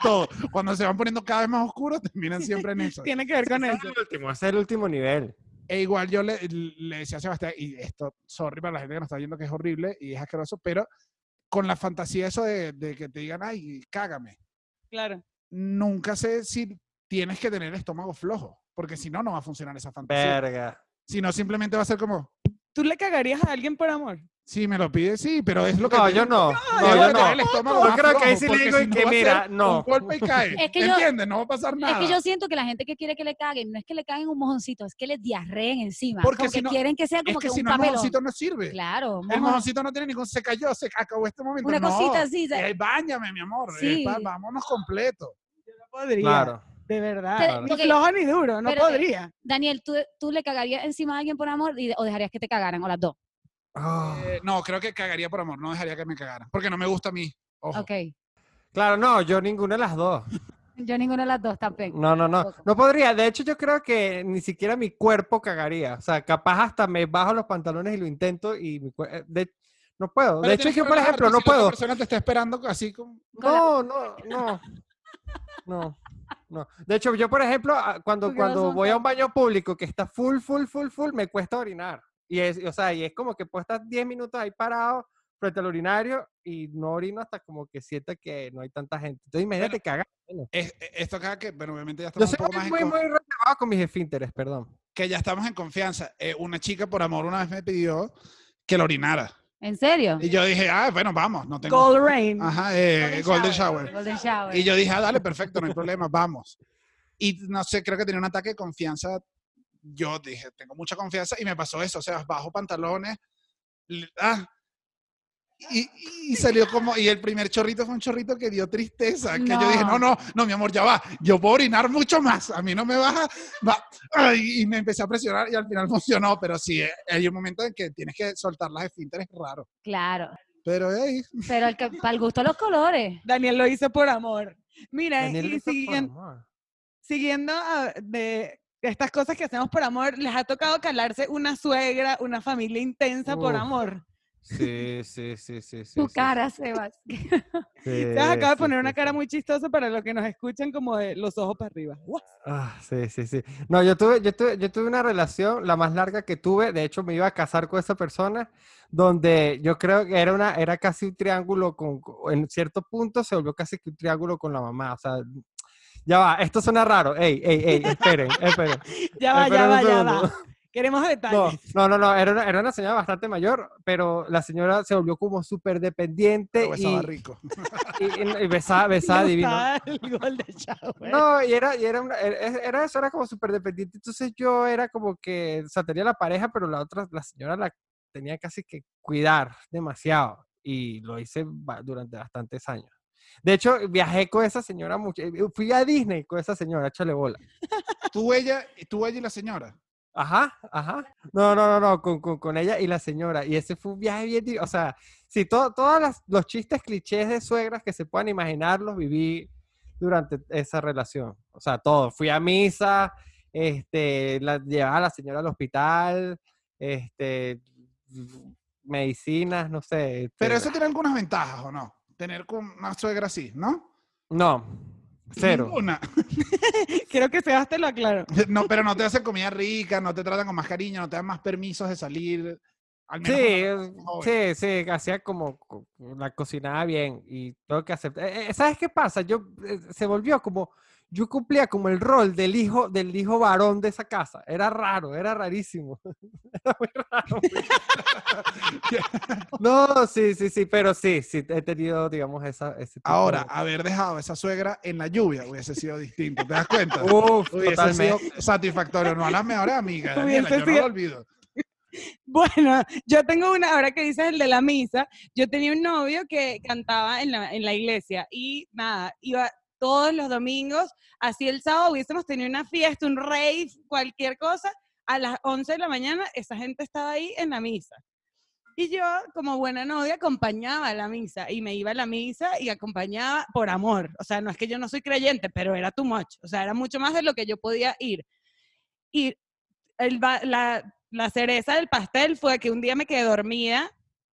Todo. Cuando se van poniendo cada vez más oscuros, terminan siempre en eso. Tiene que ver con eso. Ese es el último, ese es el último nivel. E igual yo le, le decía a Sebastián, y esto, sorry para la gente que nos está viendo que es horrible y es asqueroso, pero con la fantasía eso de, de que te digan, ay, cágame. Claro. Nunca sé si tienes que tener el estómago flojo, porque si no, no va a funcionar esa fantasía. Verga. Si no, simplemente va a ser como, ¿Tú le cagarías a alguien por amor? Sí, me lo pide, sí, pero es lo que. No, tiene- yo no. es No, lo yo que tiene el no. estómago Yo más creo que ahí flojo, sí le porque digo si y que va a mira, ser no. Un golpe y cae. Es que yo- ¿Entiendes? No va a pasar nada. Es que yo siento que la gente que quiere que le caguen, no es que le caguen un mojoncito, es que le diarreen encima. Porque como si que no- quieren que sea Es como que que, si un no, el papelón. mojoncito no sirve. Claro, El mojón. mojoncito no tiene ningún. Se cayó, se acabó este momento. una no. cosita así. se- Eh, báñame, mi amor. eh, Sí. va- vámonos completo. Yo no podría. Claro. De verdad. Te- Ni ok. flojo ni duro, no Pero, eh, podría. Daniel, ¿tú, ¿tú le cagarías encima a alguien por amor y- o dejarías que te cagaran o las dos? Ah. Eh, no, creo que cagaría por amor. No dejaría que me cagaran. Porque no me gusta a mí. Ojo. Ok. Claro, no, yo ninguna de las dos. Yo ninguna de las dos tampoco. No, no, no. Tampoco. No podría. De hecho, yo creo que ni siquiera mi cuerpo cagaría. O sea, capaz hasta me bajo los pantalones y lo intento y mi cuer- eh, de- no puedo. Pero de hecho, tienes es que, que por relajarte ejemplo, no si la otra puedo. persona te está esperando así como. con la- No, no, no. No. No. De hecho, yo, por ejemplo, a- cuando, Porque no cuando son voy a tan- un baño público que está full, full, full, full, me cuesta orinar. Y es, o sea, y es como que puedo estar 10 minutos ahí parado frente al urinario y no orino hasta como que sienta que no hay tanta gente. Entonces, imagínate cagar. Es- eh, esto acá que, bueno, obviamente ya Yo estamos un soy poco más muy, en muy, con- muy relajado con mis esfínteres, perdón. que ya estamos en confianza. Eh, una chica por amor una vez me pidió que la orinara. ¿En serio? Y yo dije, ah, bueno, vamos, no tengo. Gold Rain. Ajá, eh, Golden Shower. Golden Shower. Y yo dije, ah, dale, perfecto, no hay problema, vamos. Y no sé, creo que tenía un ataque de confianza. Yo dije, tengo mucha confianza y me pasó eso, o sea, bajo pantalones. l- Ah, y, y salió como, y el primer chorrito fue un chorrito que dio tristeza, que yo dije, no, No. no, no, mi amor, ya va, yo puedo orinar mucho más, a mí no me baja, va. Ay, y me empecé a presionar y al final funcionó, pero sí, eh, hay un momento en que tienes que soltar las esfínteres, raro. Claro. Pero ahí, Pero el que- para el gusto de los colores. Daniel lo hizo por amor. Mira, Daniel y Luisa, por siguiendo, amor. siguiendo a- de estas cosas que hacemos por amor, les ha tocado calarse una suegra, una familia intensa por Uf. amor. Sí, sí, sí, sí. sí, Tu sí, cara, Sebas. sí, Sebas acaba de sí, poner sí, una sí. cara muy chistosa para los que nos escuchan como de los ojos para arriba. What? Ah, sí, sí, sí. No, yo tuve, yo tuve, yo tuve una relación, la más larga que tuve, de hecho me iba a casar con esa persona, donde yo creo que era una, era casi un triángulo con, co- en cierto punto se volvió casi que un triángulo con la mamá, o sea, ya va, esto suena raro, ey, ey, ey, esperen, esperen. Ya va, ya Espera un va, ya va. segundo. Queremos No, detalles. no, no, no, era una, era una señora bastante mayor, pero la señora se volvió como súper dependiente pero y, estaba rico. y- y besaba, besaba Le divino. gustaba el gol de Chávez. No, y era, y era, una- era- era- era eso, era como súper dependiente. Entonces yo era como que, o sea, tenía la pareja, pero la otra, la señora la tenía casi que cuidar demasiado. Y lo hice ba- durante bastantes años. De hecho, viajé con esa señora mucho. eh, Fui a Disney con esa señora, échale bola. Tú, ella, tú, ella y la señora. Ajá, ajá. No, no, no, no, con, con, con ella y la señora. Y ese fue un viaje bien. di- O sea, sí, todo, todos los chistes clichés de suegras que se puedan imaginar los viví durante esa relación. O sea, todo. Fui a misa, este, la, llevaba a la señora al hospital, este, medicinas, no sé. Pero este, eso tiene algunas ventajas, ¿o no? Tener con una suegra así, ¿no? No, cero. Ninguna. Creo que Sebas te lo aclaró. No, pero no te hacen comida rica, no te tratan con más cariño, no te dan más permisos de salir. Al menos Sí, cuando- eh, joven. sí, sí, hacía como co- la cocinaba bien y tengo que aceptar. eh, eh, ¿Sabes qué pasa? Yo eh, se volvió como yo cumplía como el rol del hijo del hijo varón de esa casa. Era raro, era rarísimo. Era muy raro. No, sí, sí, sí, pero sí, sí he tenido digamos esa ese tipo Ahora, de- haber dejado a esa suegra en la lluvia hubiese sido distinto, ¿te das cuenta? Uf, hubiese sido totalmente. satisfactorio, no a las mejores amigas, Daniela, Hubiese yo no sido- lo olvido. Bueno, yo tengo una, ahora que dices el de la misa, yo tenía un novio que cantaba en la, en la iglesia y nada, iba todos los domingos, así el sábado hubiésemos tenido una fiesta, un rave, cualquier cosa, a las 11 de la mañana esa gente estaba ahí en la misa. Y yo, como buena novia, acompañaba a la misa y me iba a la misa y acompañaba por amor. O sea, no es que yo no soy creyente, pero era too much. O sea, era mucho más de lo que yo podía ir. Y el ba- la, la cereza del pastel fue que un día me quedé dormida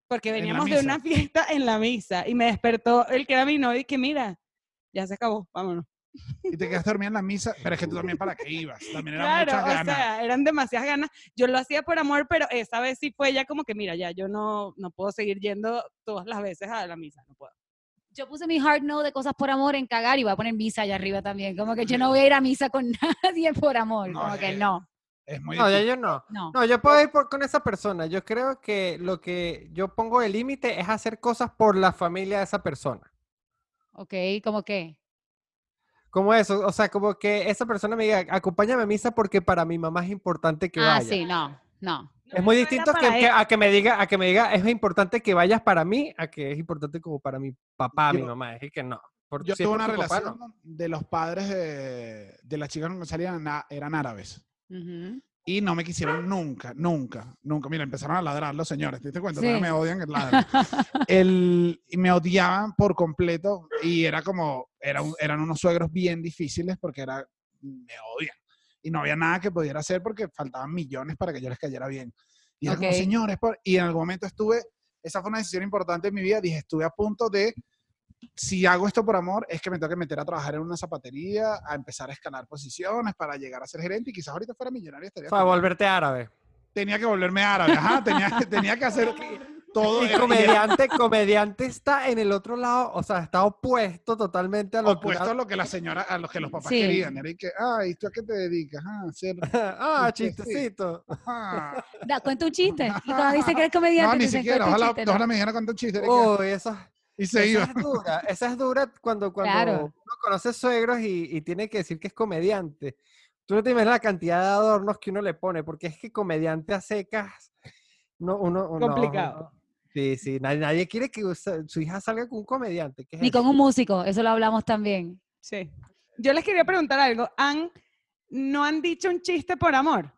porque En la veníamos de una fiesta en la misa y me despertó el que era mi novio y que mira, ya se acabó, vámonos. Y te quedaste dormida en la misa, pero es que tú también para qué ibas, también eran Claro, muchas o ganas. sea, eran demasiadas ganas. Yo lo hacía por amor, pero esa vez sí fue ya como que mira, ya yo no, no puedo seguir yendo todas las veces a la misa, no puedo. Yo puse mi hard no de cosas por amor en cagar y voy a poner misa allá arriba también. Como que yo no voy a ir a misa con nadie por amor. No, como que eh, no. Es muy No, ya difícil. yo no. No. No, yo puedo ir por- con esa persona. Yo creo que lo que yo pongo de límite es hacer cosas por la familia de esa persona. Ok, ¿cómo qué? Como eso, o sea, como que esa persona me diga, acompáñame a misa porque para mi mamá es importante que ah, vaya. sí, no, no. Es muy era distinto que- para que- él. a que me diga, a que me diga, es importante que vayas para mí, a que es importante como para mi papá, mi Yo- mamá. Es que no. Por- Yo si es tuve por una tu papá, no. relación de los padres de, de las chicas que salían, na- eran árabes. Ujú. Y no me quisieron nunca, nunca, nunca. Mira, empezaron a ladrar los señores, ¿te diste cuenta? Sí. Todavía Me odian el ladro. El, y me odiaban por completo y era como, era un- eran unos suegros bien difíciles porque era, me odian. Y no había nada que pudiera hacer porque faltaban millones para que yo les cayera bien. Y era Ok. como, señores, por-". y en algún momento estuve, esa fue una decisión importante en mi vida, dije, estuve a punto de, si hago esto por amor, es que me tengo que meter a trabajar en una zapatería, a empezar a escalar posiciones para llegar a ser gerente y quizás ahorita fuera millonario estaría O sea, feliz volverte árabe. tenía que volverme árabe, ajá, tenía, tenía que hacer todo. Y era- comediante, comediante está en el otro lado, o sea, está opuesto totalmente a era lo opuesto a curado. lo que la señora, a lo que los papás Sí. querían. Era y que, ay, ¿tú a qué te dedicas? Ah, a ser- ah, Sí, sí, sí. chistecito. ah". Da, cuenta un chiste. Y cuando dice que eres comediante, No, ni dicen, siquiera, "Cuenta un ojalá, chiste", ¿no? Oh, ojalá me dijera cuánto chiste. era y que- Uy, esa, y se esa iba. es dura. Esa es dura cuando, cuando Claro. uno conoce suegros y, y tiene que decir que es comediante. Tú no te imaginas la cantidad de adornos que uno le pone, porque es que comediante a secas, no, uno, uno- Complicado. uno- sí, sí, nadie, nadie quiere que usa- su hija salga con un comediante. ¿qué es Ni eso? con un músico, eso lo hablamos también. Sí. Yo les quería preguntar algo. ¿Han, ¿No han dicho un chiste por amor?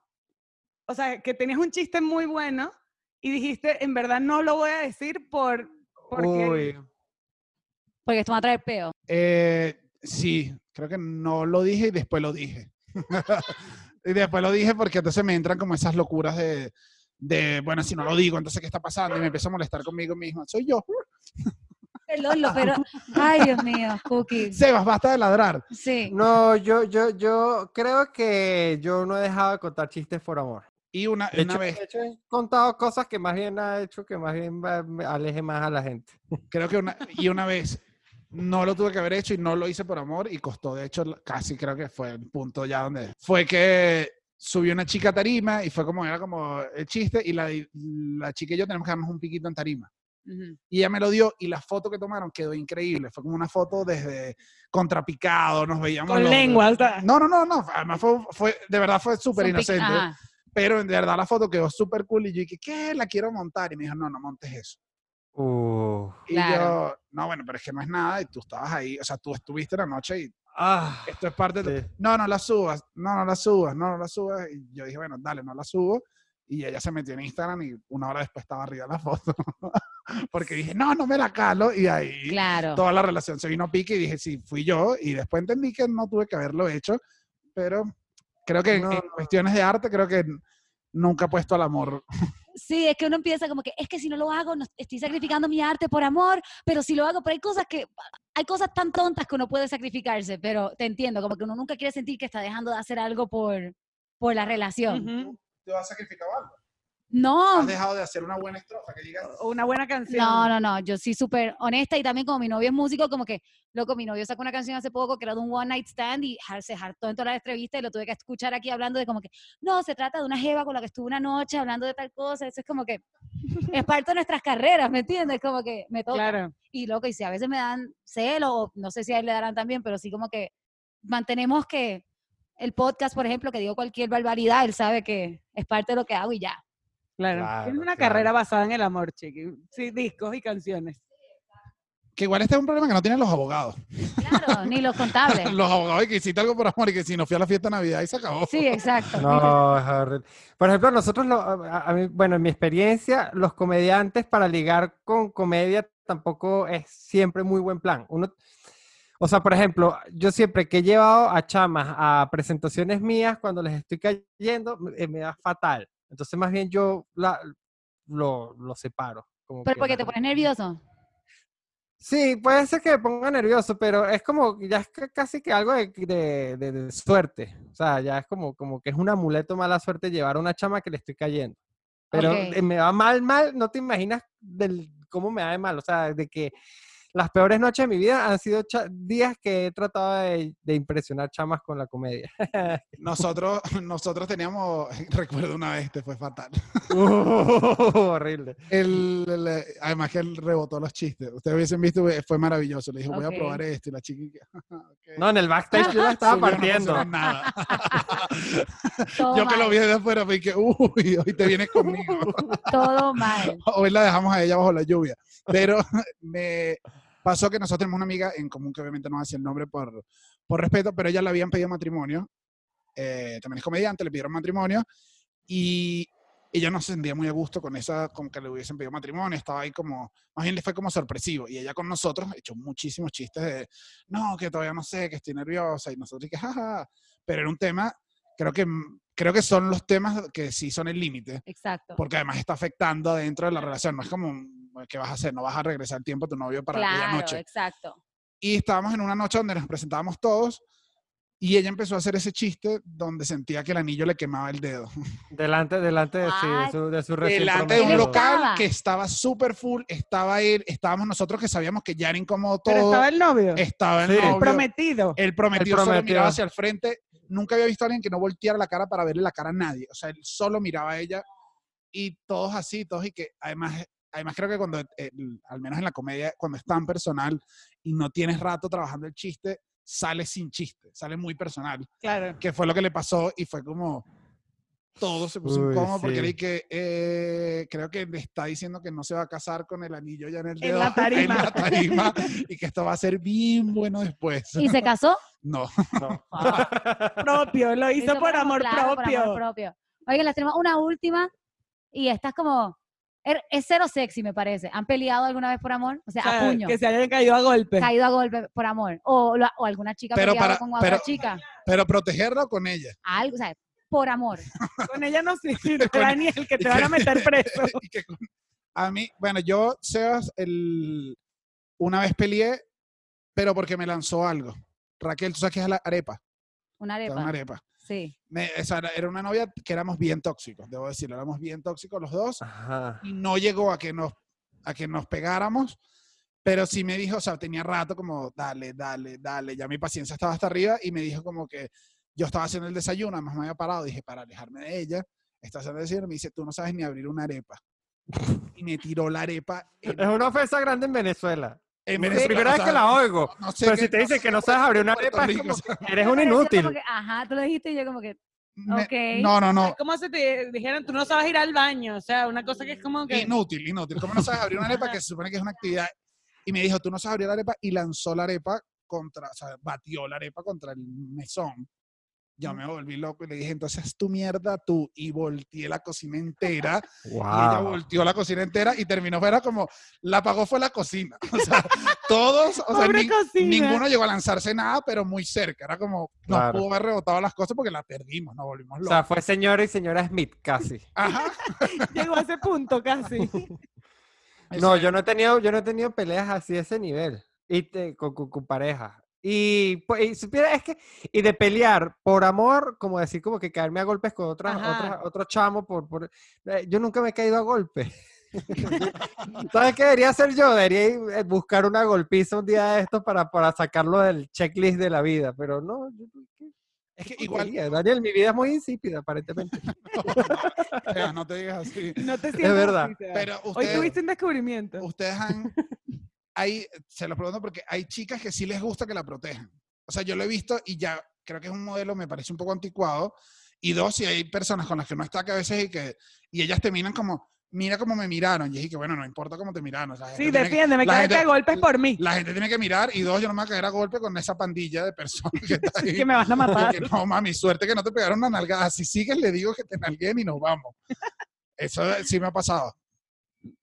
O sea, que tenías un chiste muy bueno y dijiste, en verdad no lo voy a decir por... Porque... Uy, Porque esto va a traer peo. Eh, sí, creo que no lo dije y después lo dije. y después lo dije porque entonces me entran como esas locuras de, de, bueno, si no lo digo, entonces ¿qué está pasando? Y me empiezo a molestar conmigo mismo. Soy yo. Perdón, lo- pero. Ay, Dios mío, Cookie. Sebas, basta de ladrar. Sí. No, yo, yo, yo creo que yo no he dejado de contar chistes por amor. Y una, De una hecho, vez de hecho, he contado cosas que más bien ha hecho que más bien va- me aleje más a la gente. Creo que una, y una vez no lo tuve que haber hecho y no lo hice por amor y costó, de hecho, la- casi creo que fue el punto ya donde fue que subió una chica a tarima y fue como, era como el chiste y la, la chica y yo tenemos que darnos un piquito en tarima. Ujú. Y ella me lo dio y la foto que tomaron quedó increíble. Fue como una foto desde contrapicado, nos veíamos. Con los- lengua, o sea. No, no, no, no. Además fue, fue- de verdad fue súper Son pic- inocente Ajá. pero en verdad la foto quedó súper cool y yo dije, ¿qué? La quiero montar. Y me dijo, no, no montes eso. Uh, Y Claro. yo, no, bueno, pero es que no es nada y tú estabas ahí, o sea, tú estuviste la noche y ah, esto es parte de... tu- sí. No, no la subas, no, no la subas, no, no la subas. Y yo dije, bueno, dale, no la subo. Y ella se metió en Instagram y una hora después estaba arriba la foto. Porque dije, no, no me la calo. Y ahí Claro. toda la relación se vino a pique y dije, sí, fui yo. Y después entendí que no tuve que haberlo hecho, pero creo que en- No, en cuestiones de arte, creo que nunca he puesto al amor Sí, es que uno empieza como que es que si no lo hago, no- estoy sacrificando mi arte por amor, pero si lo hago, pero hay cosas que, hay cosas tan tontas que uno puede sacrificarse, pero te entiendo, como que uno nunca quiere sentir que está dejando de hacer algo por, por la relación. Ujú. te vas a sacrificar algo. No, Has dejado de hacer una buena estrofa que digas. O Una buena canción. No, no, no, yo sí súper honesta y también como mi novio es músico, como que, loco, mi novio sacó una canción hace poco que era de un one night stand y ja- se hartó en toda la entrevista y lo tuve que escuchar aquí hablando de como que, no, se trata de una jeva con la que estuve una noche hablando de tal cosa, eso es como que es parte de nuestras carreras, ¿me entiendes? Como que me toca. Claro. Y loco, y si a veces me dan celo, o no sé si a él le darán también, pero sí como que mantenemos que el podcast, por ejemplo, que digo cualquier barbaridad, él sabe que es parte de lo que hago y ya. Claro. Claro, Tienes una claro. carrera basada en el amor, chiqui. Sí, discos y canciones. Que igual este es un problema que no tienen los abogados. Claro, ni los contables. Los abogados y que hiciste algo por amor y que si no fui a la fiesta de Navidad y se acabó. Sí, exacto. ni los- No, es horrible. Por ejemplo, nosotros, lo- a- a mí- bueno, en mi experiencia, los comediantes para ligar con comedia tampoco es siempre muy buen plan. Uno, o sea, por ejemplo, yo siempre que he llevado a chamas a presentaciones mías, cuando les estoy cayendo, me, eh, me da fatal. Entonces, más bien yo la, lo, lo separo. como Pero que porque las- te pones nervioso. Sí, puede ser que me ponga nervioso, pero es como, ya es ca- casi que algo de, de- de- de suerte. O sea, ya es como, como que es un amuleto mala suerte llevar a una chama que le estoy cayendo. Pero Ok. eh, me va mal, mal, no te imaginas del, cómo me da de mal. O sea, de que Las peores noches de mi vida han sido cha- días que he tratado de, de impresionar chamas con la comedia. Nosotros, nosotros teníamos, recuerdo una vez, este fue fatal. Uh, horrible. El, el- además que él rebotó los chistes. Ustedes hubiesen visto, fue maravilloso. Le dije, voy Ok. a probar esto. Y la chiquita No, en el backstage yo la estaba partiendo. nada. Todo Yo que mal, lo vi desde afuera, fue que, uy, hoy te vienes conmigo. todo mal. Hoy la dejamos a ella bajo la lluvia. Pero me pasó que nosotros tenemos una amiga en común que obviamente no hace el nombre por, por respeto, pero ella le habían pedido matrimonio. Eh, también es comediante, le pidieron matrimonio y ella no se sentía muy a gusto con esa, con que le hubiesen pedido matrimonio. Estaba ahí como, más bien le fue como sorpresivo. Y ella con nosotros echó muchísimos chistes de, no, que todavía no sé, que estoy nerviosa. Y nosotros, y que jaja. Pero era un tema, creo que, mm, creo que son los temas que sí son el límite Exacto. porque además está afectando dentro de la relación. No es como, mm, ¿qué vas a hacer? No vas a regresar el tiempo a tu novio para aquella claro, eh. noche. exacto. Y estábamos en una noche donde nos presentábamos todos y ella empezó a hacer ese chiste donde sentía que el anillo le quemaba el dedo. Delante, delante de, sí, de What? su, de su recién Delante de un Él prometido. local estaba. que estaba súper full, estaba él, estábamos nosotros que sabíamos que ya era incómodo todo. Pero estaba el novio, estaba el Sí. novio. prometido. El prometido, solo prometido. miraba hacia el frente. Nunca había visto a alguien que no volteara la cara para verle la cara a nadie. O sea, él solo miraba a ella y todos así, todos y que además, además creo que cuando, eh, al menos en la comedia, cuando es tan personal y no tienes rato trabajando el chiste, sale sin chiste, sale muy personal. Claro. Que fue lo que le pasó y fue como todo se puso Uy, incómodo porque sí. era y que eh, creo que le está diciendo que no se va a casar con el anillo ya en el En dedo, la tarima. la tarima, y que esto va a ser bien bueno después. ¿Y se casó? No. No. Ah, Propio, lo hizo por como- amor claro, por propio. amor propio. Oigan, las tenemos una última y estás como. er- Es cero sexy, me parece. ¿Han peleado alguna vez por amor? O sea, O sea, a puño. Que se hayan caído a golpe. Caído a golpe por amor. O, lo- o alguna chica Pero peleado para- con otra pero- chica. Pero protegerla con ella. Algo, o sea, por amor. Con ella no sirve, Daniel, que te van a meter preso. Y que con- a mí, bueno, yo, Sebas, el, una vez peleé, pero porque me lanzó algo. Raquel, tú sabes que es la arepa. Una te da arepa. Una arepa. Sí. Me- o sea, era- era una novia que éramos bien tóxicos, debo decirlo. Éramos bien tóxicos los dos. Ajá. Y no llegó a que nos, a que nos pegáramos. Pero sí me dijo, o sea, tenía rato como, dale, dale, dale. Ya mi paciencia estaba hasta arriba y me dijo como que yo estaba haciendo el desayuno, además me había parado. Dije, para alejarme de ella, está haciendo el desayuno. Me dice, tú no sabes ni abrir una arepa. Y me tiró la arepa en, Es una ofensa grande en Venezuela. en La Venezuela, primera o vez sea, que la oigo. no sé Pero qué- si te no dicen sé que no cómo sabes abrir una en Puerto arepa, es Rico, como, o sea, eres un Me pareció como inútil. que, ajá, tú lo dijiste y yo como que. me- Ok. No, no, no. Es como si te dijeran, tú no sabes ir al baño. O sea, una cosa que es como que. Inútil, inútil. ¿Cómo no sabes abrir una arepa que se supone que es una actividad? Y me dijo, tú no sabes abrir la arepa y lanzó la arepa contra, o sea, batió la arepa contra el mesón. Yo me volví loco y le dije, entonces tu mierda tú. Y volteé la cocina entera. Y Ah. ella volteó la cocina entera y terminó, fuera como, la pagó fue la cocina. O sea, todos, o sea, Pobre nin- cocina. ninguno llegó a lanzarse nada, pero muy cerca. Era como, no Claro. pudo haber rebotado las cosas porque la perdimos, nos volvimos O locos. sea, fue señora y señora Smith casi. Ajá. Llegó a ese punto casi. No, yo no he tenido, yo no he tenido peleas así de ese nivel. Y te- con, con, con pareja. Y, pues, y supiera, es que, y de pelear por amor, como decir, como que caerme a golpes con otras, Ajá. otras- otro chamo por, por eh, yo nunca me he caído a golpes. ¿Sabes qué debería hacer yo? Debería ir, eh, buscar una golpiza un día de estos para, para sacarlo del checklist de la vida. Pero no, yo- yo- Es que qué igual, tontería, Daniel, mi vida es muy insípida, aparentemente. Ea, no te digas así. No te sientas. verdad. así, Seba. Pero Hoy ustedes, tuviste un descubrimiento. ustedes han. Hay, se lo pregunto porque hay chicas que sí les gusta que la protejan. O sea, yo lo he visto y ya creo que es un modelo, me parece un poco anticuado. Y dos, si hay personas con las que uno está que a veces y que. Y ellas te miran como. Mira cómo me miraron. Y dije que bueno, no importa cómo te miraron. o sea, la gente Sí, tiene que- defiéndeme, la cállate gente- a golpes por mí. la gente tiene que mirar. Y dos, yo no me voy a caer a golpe con esa pandilla de personas que está ahí. Que me vas a matar. Porque, no, mami, suerte que no te pegaron una nalgada. Si sigues, le digo que te nalguen y nos vamos. Eso sí me ha pasado.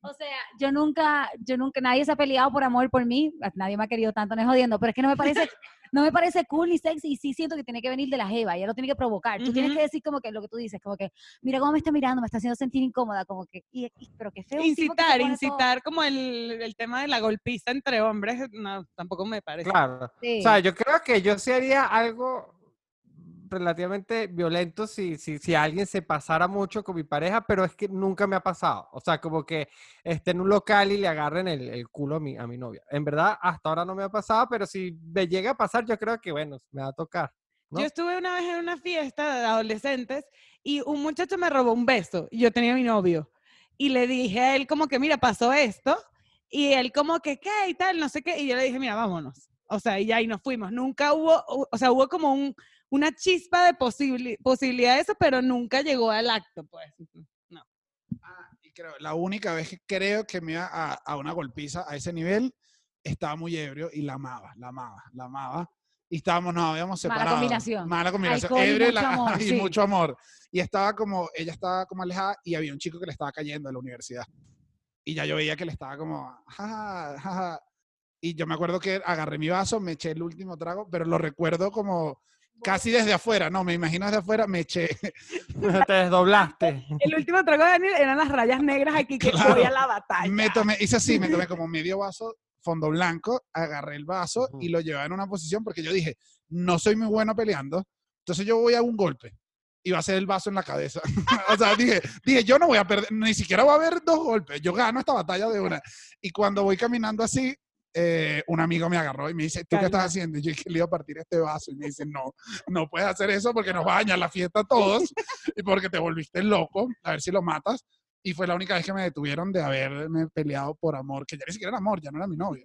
O sea, yo nunca, yo nunca, nadie se ha peleado por amor por mí, nadie me ha querido tanto, no es jodiendo, pero es que no me parece, no me parece cool ni sexy y sí siento que tiene que venir de la jeva, ella lo tiene que provocar. Tú tienes Ujú. que decir como que lo que tú dices, como que, mira cómo me está mirando, me está haciendo sentir incómoda, como que, y, y- pero qué feo. un tipo que se Incitar, pone todo- incitar como el, el tema de la golpiza entre hombres, no, tampoco me parece. Claro. Sí. O sea, yo creo que yo sí haría algo relativamente violento si, si, si alguien se pasara mucho con mi pareja, pero es que nunca me ha pasado. O sea, como que esté en un local y le agarren el, el culo a mi, a mi novia. En verdad, hasta ahora no me ha pasado, pero si me llega a pasar, yo creo que, bueno, me va a tocar. ¿no? Yo estuve una vez en una fiesta de adolescentes y un muchacho me robó un beso. y Yo tenía a mi novio. Y le dije a él como que, mira, pasó esto. Y él como que, ¿qué? Y tal, no sé qué. Y yo le dije, mira, vámonos. O sea, y ya y nos fuimos. Nunca hubo, u- o sea, hubo como un, una chispa de posibili- posibilidad de eso, pero nunca llegó al acto, pues. Ah, y creo, la única vez que creo que me iba a, a una golpiza a ese nivel, estaba muy ebrio y la amaba, la amaba, la amaba. Y estábamos, nos habíamos Mala separado. combinación. Mala combinación. Alcohol y ebrio mucho la- amor, y sí. mucho amor. Y estaba como, ella estaba como alejada y había un chico que le estaba cayendo en la universidad. Y ya yo veía que le estaba como, jaja, jaja. Y yo me acuerdo que agarré mi vaso, me eché el último trago, pero lo recuerdo como casi desde afuera. No, me imagino desde afuera, me eché, Te desdoblaste. El último trago de Daniel eran las rayas negras aquí que Claro. voy a la batalla. Me tomé, hice así, me tomé como medio vaso, fondo blanco, agarré el vaso y lo llevaba en una posición porque yo dije, no soy muy bueno peleando, entonces yo voy a un golpe y va a ser el vaso en la cabeza. o sea, dije, dije, yo no voy a perder, ni siquiera va a haber dos golpes, yo gano esta batalla de una. Y cuando voy caminando así, eh, un amigo me agarró y me dice, ¿tú qué Calma. estás haciendo? Y yo dije, le iba a partir este vaso. Y me dice, no, no puedes hacer eso porque nos va a dañar la fiesta a todos y porque te volviste loco, a ver si lo matas. Y fue la única vez que me detuvieron de haberme peleado por amor, que ya ni siquiera era amor, ya no era mi novio.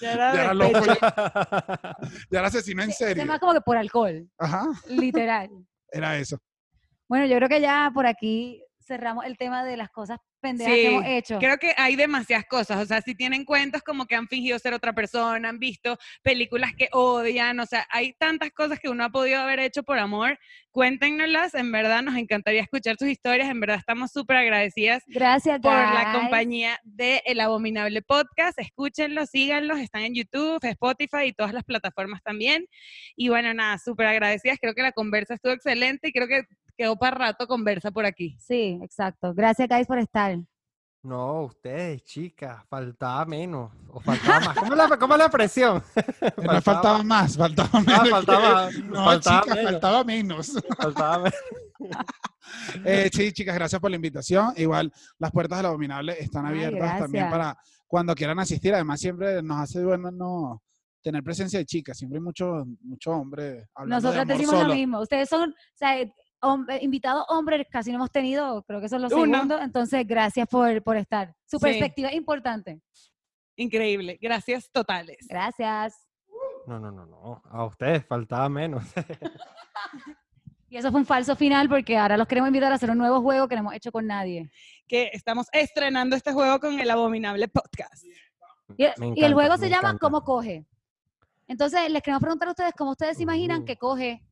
Ya era Ya era respeto. loco, ya, ya era asesino en serio. Tema como que por alcohol, Ajá, literal. era eso. Bueno, yo creo que ya por aquí cerramos el tema de las cosas pendejas que Sí, hemos hecho. Creo que hay demasiadas cosas, o sea, si tienen cuentos como que han fingido ser otra persona, han visto películas que odian, o sea, hay tantas cosas que uno ha podido haber hecho por amor, cuéntenoslas, en verdad nos encantaría escuchar sus historias, en verdad estamos súper agradecidas Gracias, por la guys. compañía de El Abominable Podcast, escúchenlos, síganlos, están en YouTube, Spotify y todas las plataformas también, y bueno, nada, súper agradecidas, creo que la conversa estuvo excelente y creo que quedó para rato conversa por aquí. Sí, exacto. Gracias, guys, por estar. No, ustedes, chicas, faltaba menos o faltaba más. ¿Cómo la, cómo la presión? No faltaba más, faltaba menos. Ah, que- faltaba- no, faltaba chicas, menos. faltaba menos. faltaba menos. Eh, sí, chicas, gracias por la invitación. Igual, las puertas del abominable están Ay, abiertas también gracias. para cuando quieran asistir. Además, siempre nos hace bueno no tener presencia de chicas. Siempre hay muchos mucho hombres hablando Nosotros de amor decimos solo. lo mismo. Ustedes son, o sea, eh, hom- eh, invitados hombres casi no hemos tenido, creo que son los Uno. segundos. Entonces, gracias por, por estar. Su Sí. perspectiva es importante. Increíble, gracias totales. Gracias. No, no, no, no. A ustedes faltaba menos. Y eso fue un falso final porque ahora los queremos invitar a hacer un nuevo juego que no hemos hecho con nadie. que estamos estrenando este juego con el abominable podcast. Y, Me y el encanta, juego me se llama encanta. ¿Cómo coge? Entonces, les queremos preguntar a ustedes cómo ustedes se imaginan Ujú. que coge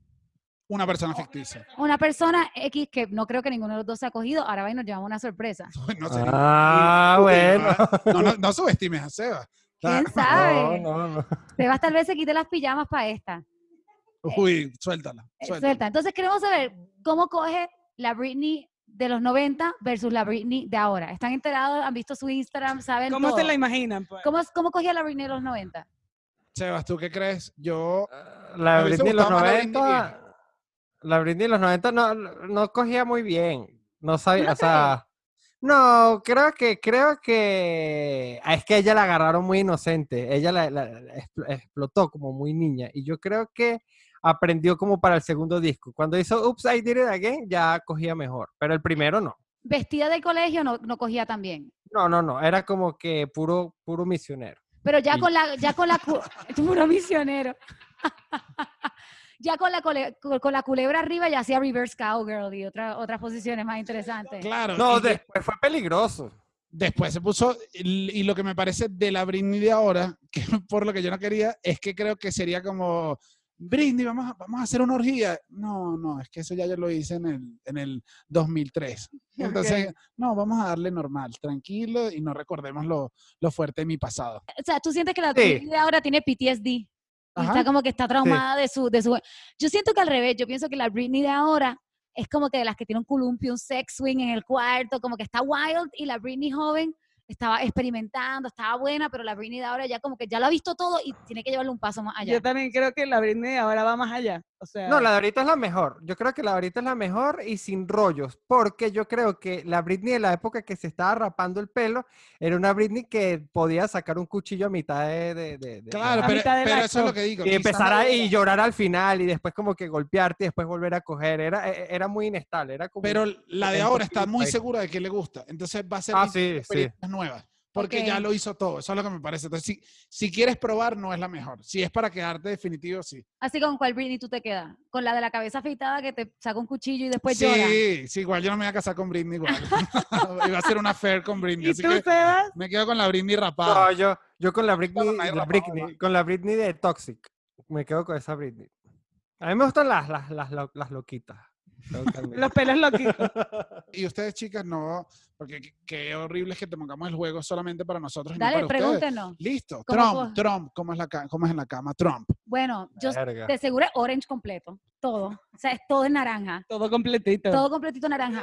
Una persona ficticia. una persona X que no creo que ninguno de los dos se ha cogido. Ahora va y nos llevamos una sorpresa. No sé. Ah, Uy, bueno. No, no, no subestimes a Seba. ¿Quién No, sabe? no, no. Sebas tal vez se quite las pijamas para esta. Uy, suéltala. Eh, suéltala. Suelta. Entonces queremos saber cómo coge la Britney de los 90 versus la Britney de ahora. ¿Están enterados? ¿Han visto su Instagram? ¿Saben ¿Cómo todo? se la imaginan? pues? ¿Cómo, ¿Cómo cogía la Britney de los 90? Sebas, ¿tú qué crees? Yo La Me hubiese Britney de los gustado más la Britney 90. La Britney de los 90 no, no cogía muy bien. No sabía, ¿No o sea. No, creo que, creo que. ah, Es que ella la agarraron muy inocente. Ella la, la- la expl- explotó como muy niña. Y yo creo que aprendió como para el segundo disco. Cuando hizo Oops, I Did It Again, ya cogía mejor. Pero el primero no. Vestida del colegio no, no cogía tan bien. No, no, no. Era como que puro, puro misionero. Pero ya Y- con la... Ya con la cu- puro misionero. ya con la, cole- con la culebra arriba ya hacía reverse cowgirl y otra- otras posiciones más interesantes. Claro. No, y de- después fue peligroso. después se puso, l- y lo que me parece de la Britney de ahora, que por lo que yo no quería, es que creo que sería como, Britney, vamos a, vamos a hacer una orgía. No, no, es que eso ya yo lo hice en el, en el 2003. Entonces, no, vamos a darle normal, tranquilo, y no recordemos lo, lo fuerte de mi pasado. O sea, tú sientes que la Sí. Britney de ahora tiene PTSD. Y Ajá. está como que está traumada de, su, de su... Yo siento que al revés, yo pienso que la Britney de ahora es como que de las que tiene un columpio, un sex swing en el cuarto, como que está wild y la Britney joven estaba experimentando, estaba buena, pero la Britney de ahora ya como que ya lo ha visto todo y tiene que llevarle un paso más allá. Yo también creo que la Britney ahora va más allá. O sea, No, la de ahorita es la mejor. Yo creo que la de ahorita es la mejor y sin rollos, porque yo creo que la Britney de la época que se estaba rapando el pelo era una Britney que podía sacar un cuchillo a mitad de... de- de- de- Claro, A pero, mitad del pero eso es acto. lo que digo. y quizás empezar la- a y llorar al final y después como que golpearte y después volver a coger. Era, e- era muy inestable, era como... Pero la de ahora está muy Ahí. segura de que le gusta. Entonces va a ser ah, sí, sí. películas nuevas. Porque Ok. ya lo hizo todo. Eso es lo que me parece. Entonces, si, si quieres probar, no es la mejor. Si es para quedarte definitivo, sí. Así con cuál Britney tú te quedas. Con la de la cabeza afeitada que te saca un cuchillo y después sí, Pues llora. sí, igual yo no me voy a casar con Britney igual. Iba a ser una affair con Britney. ¿y Así tú, que Sebas? me quedo con la Britney rapada. No, yo, yo con la Britney, la la Irma Britney- Paola. con la Britney de Toxic. Me quedo con esa Britney. A mí me gustan las, las, las, lo- las loquitas. tengo que admitir. Los pelos loquitos. Y ustedes, chicas, no. Porque qué- qué horrible es que te pongamos el juego solamente para nosotros. y no Dale, para ustedes. pregúntenos. Listo. ¿Cómo Trump, puedo- Trump. ¿Cómo es, la ca- ¿Cómo es en la cama? Trump. Bueno, yo Verga. te aseguro es orange completo. Todo. O sea, es todo en naranja. Todo completito. Todo completito naranja.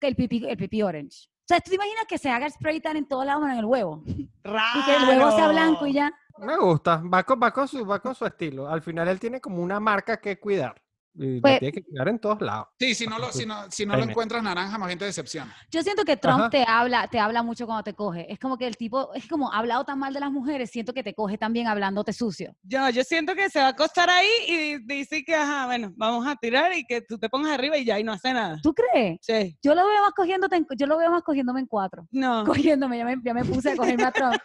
Que El pipí, el pipí orange. O sea, ¿tú te imaginas que se haga el spray tan en todos lados menos en el huevo? Y que el huevo sea blanco y ya. Me gusta. Va con, va, con su, va con su estilo. Al final él tiene como una marca que cuidar. Y la Pues- tiene que cuidar en todos lados. Sí, si no lo, si no, si no lo Pene. encuentras naranja, más bien te decepciona. Yo siento que Trump Ajá. te habla, te habla mucho cuando te coge. Es como que el tipo, es como ha hablado tan mal de las mujeres, siento que te coge también hablándote sucio. Yo, yo siento que se va a acostar ahí y dice que, ajá, bueno, vamos a tirar y que tú te pongas arriba y ya, y no hace nada. ¿Tú crees? Sí. Yo lo veo más cogiéndote, en- yo lo veo más cogiéndome en cuatro. Ah. No, Cogiéndome, ya me, ya me puse a cogerme a Trump.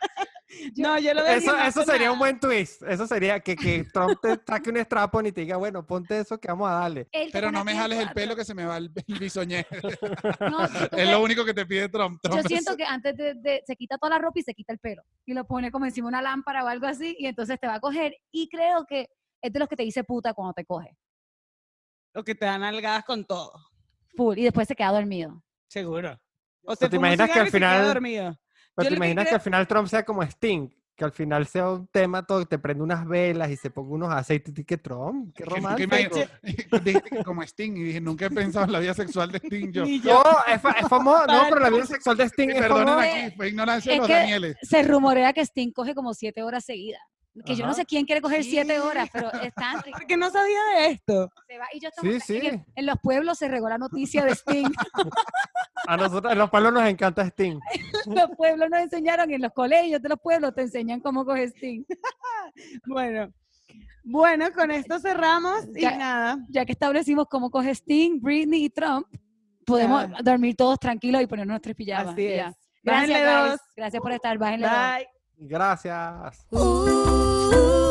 no, yo lo veo. Eso, que no eso hace sería un nada. buen twist. Eso sería que, que Trump te saque un strapón y te diga, bueno, ponte eso que vamos a darle. Él te Pero pone no me aquí en jales el cuatro. pelo que se me va el, el bisoñé. No, ¿tú es crees? lo único que te pide Trump. Trump yo es- siento que antes de, de- se quita toda la ropa y se quita el pelo. Y lo pone como encima de una lámpara o algo así, y entonces te va a coger. Y creo que es de los que te dice puta cuando te coge. O que te dan algadas con todo, Full. Y después se queda dormido. seguro. O te se fuma un imaginas que cigarro al y se queda final- dormido. Yo Pero Pues te lo que imaginas que, creo- al final Trump sea como Sting, que al final sea un tema todo, que te prende unas velas y se ponga unos aceites y que Trump, qué que nunca romántico. imagino- Dijiste que como Sting y dije, nunca he pensado en la vida sexual de Sting yo. Ni yo. No, es, fa- es famoso, no, pero la vida sexual de Sting es Perdonen famosa. famoso. aquí, fue ignorancia de Es los que- Danieles. Se rumorea que Sting coge como siete horas seguidas. Que yo no Ajá. sé quién quiere coger siete horas, pero están. Porque no sabía de esto. Se va, y yo Sí, estamos En, el- sí. en los pueblos se regó la noticia de Sting. A nosotros, a los palos nos encanta Sting. los pueblos nos enseñaron, en los colegios de los pueblos te enseñan cómo coge Sting. Bueno. Bueno, con esto cerramos y Ya. nada. Ya que establecimos cómo coge Sting, Britney y Trump, podemos Ya. dormir todos tranquilos y ponernos nuestras pijamas. Así y es. ya. Bájenle Gracias, guys. dos. Gracias por estar. Bájenle dos. Bye. Gracias. Ooh, ooh.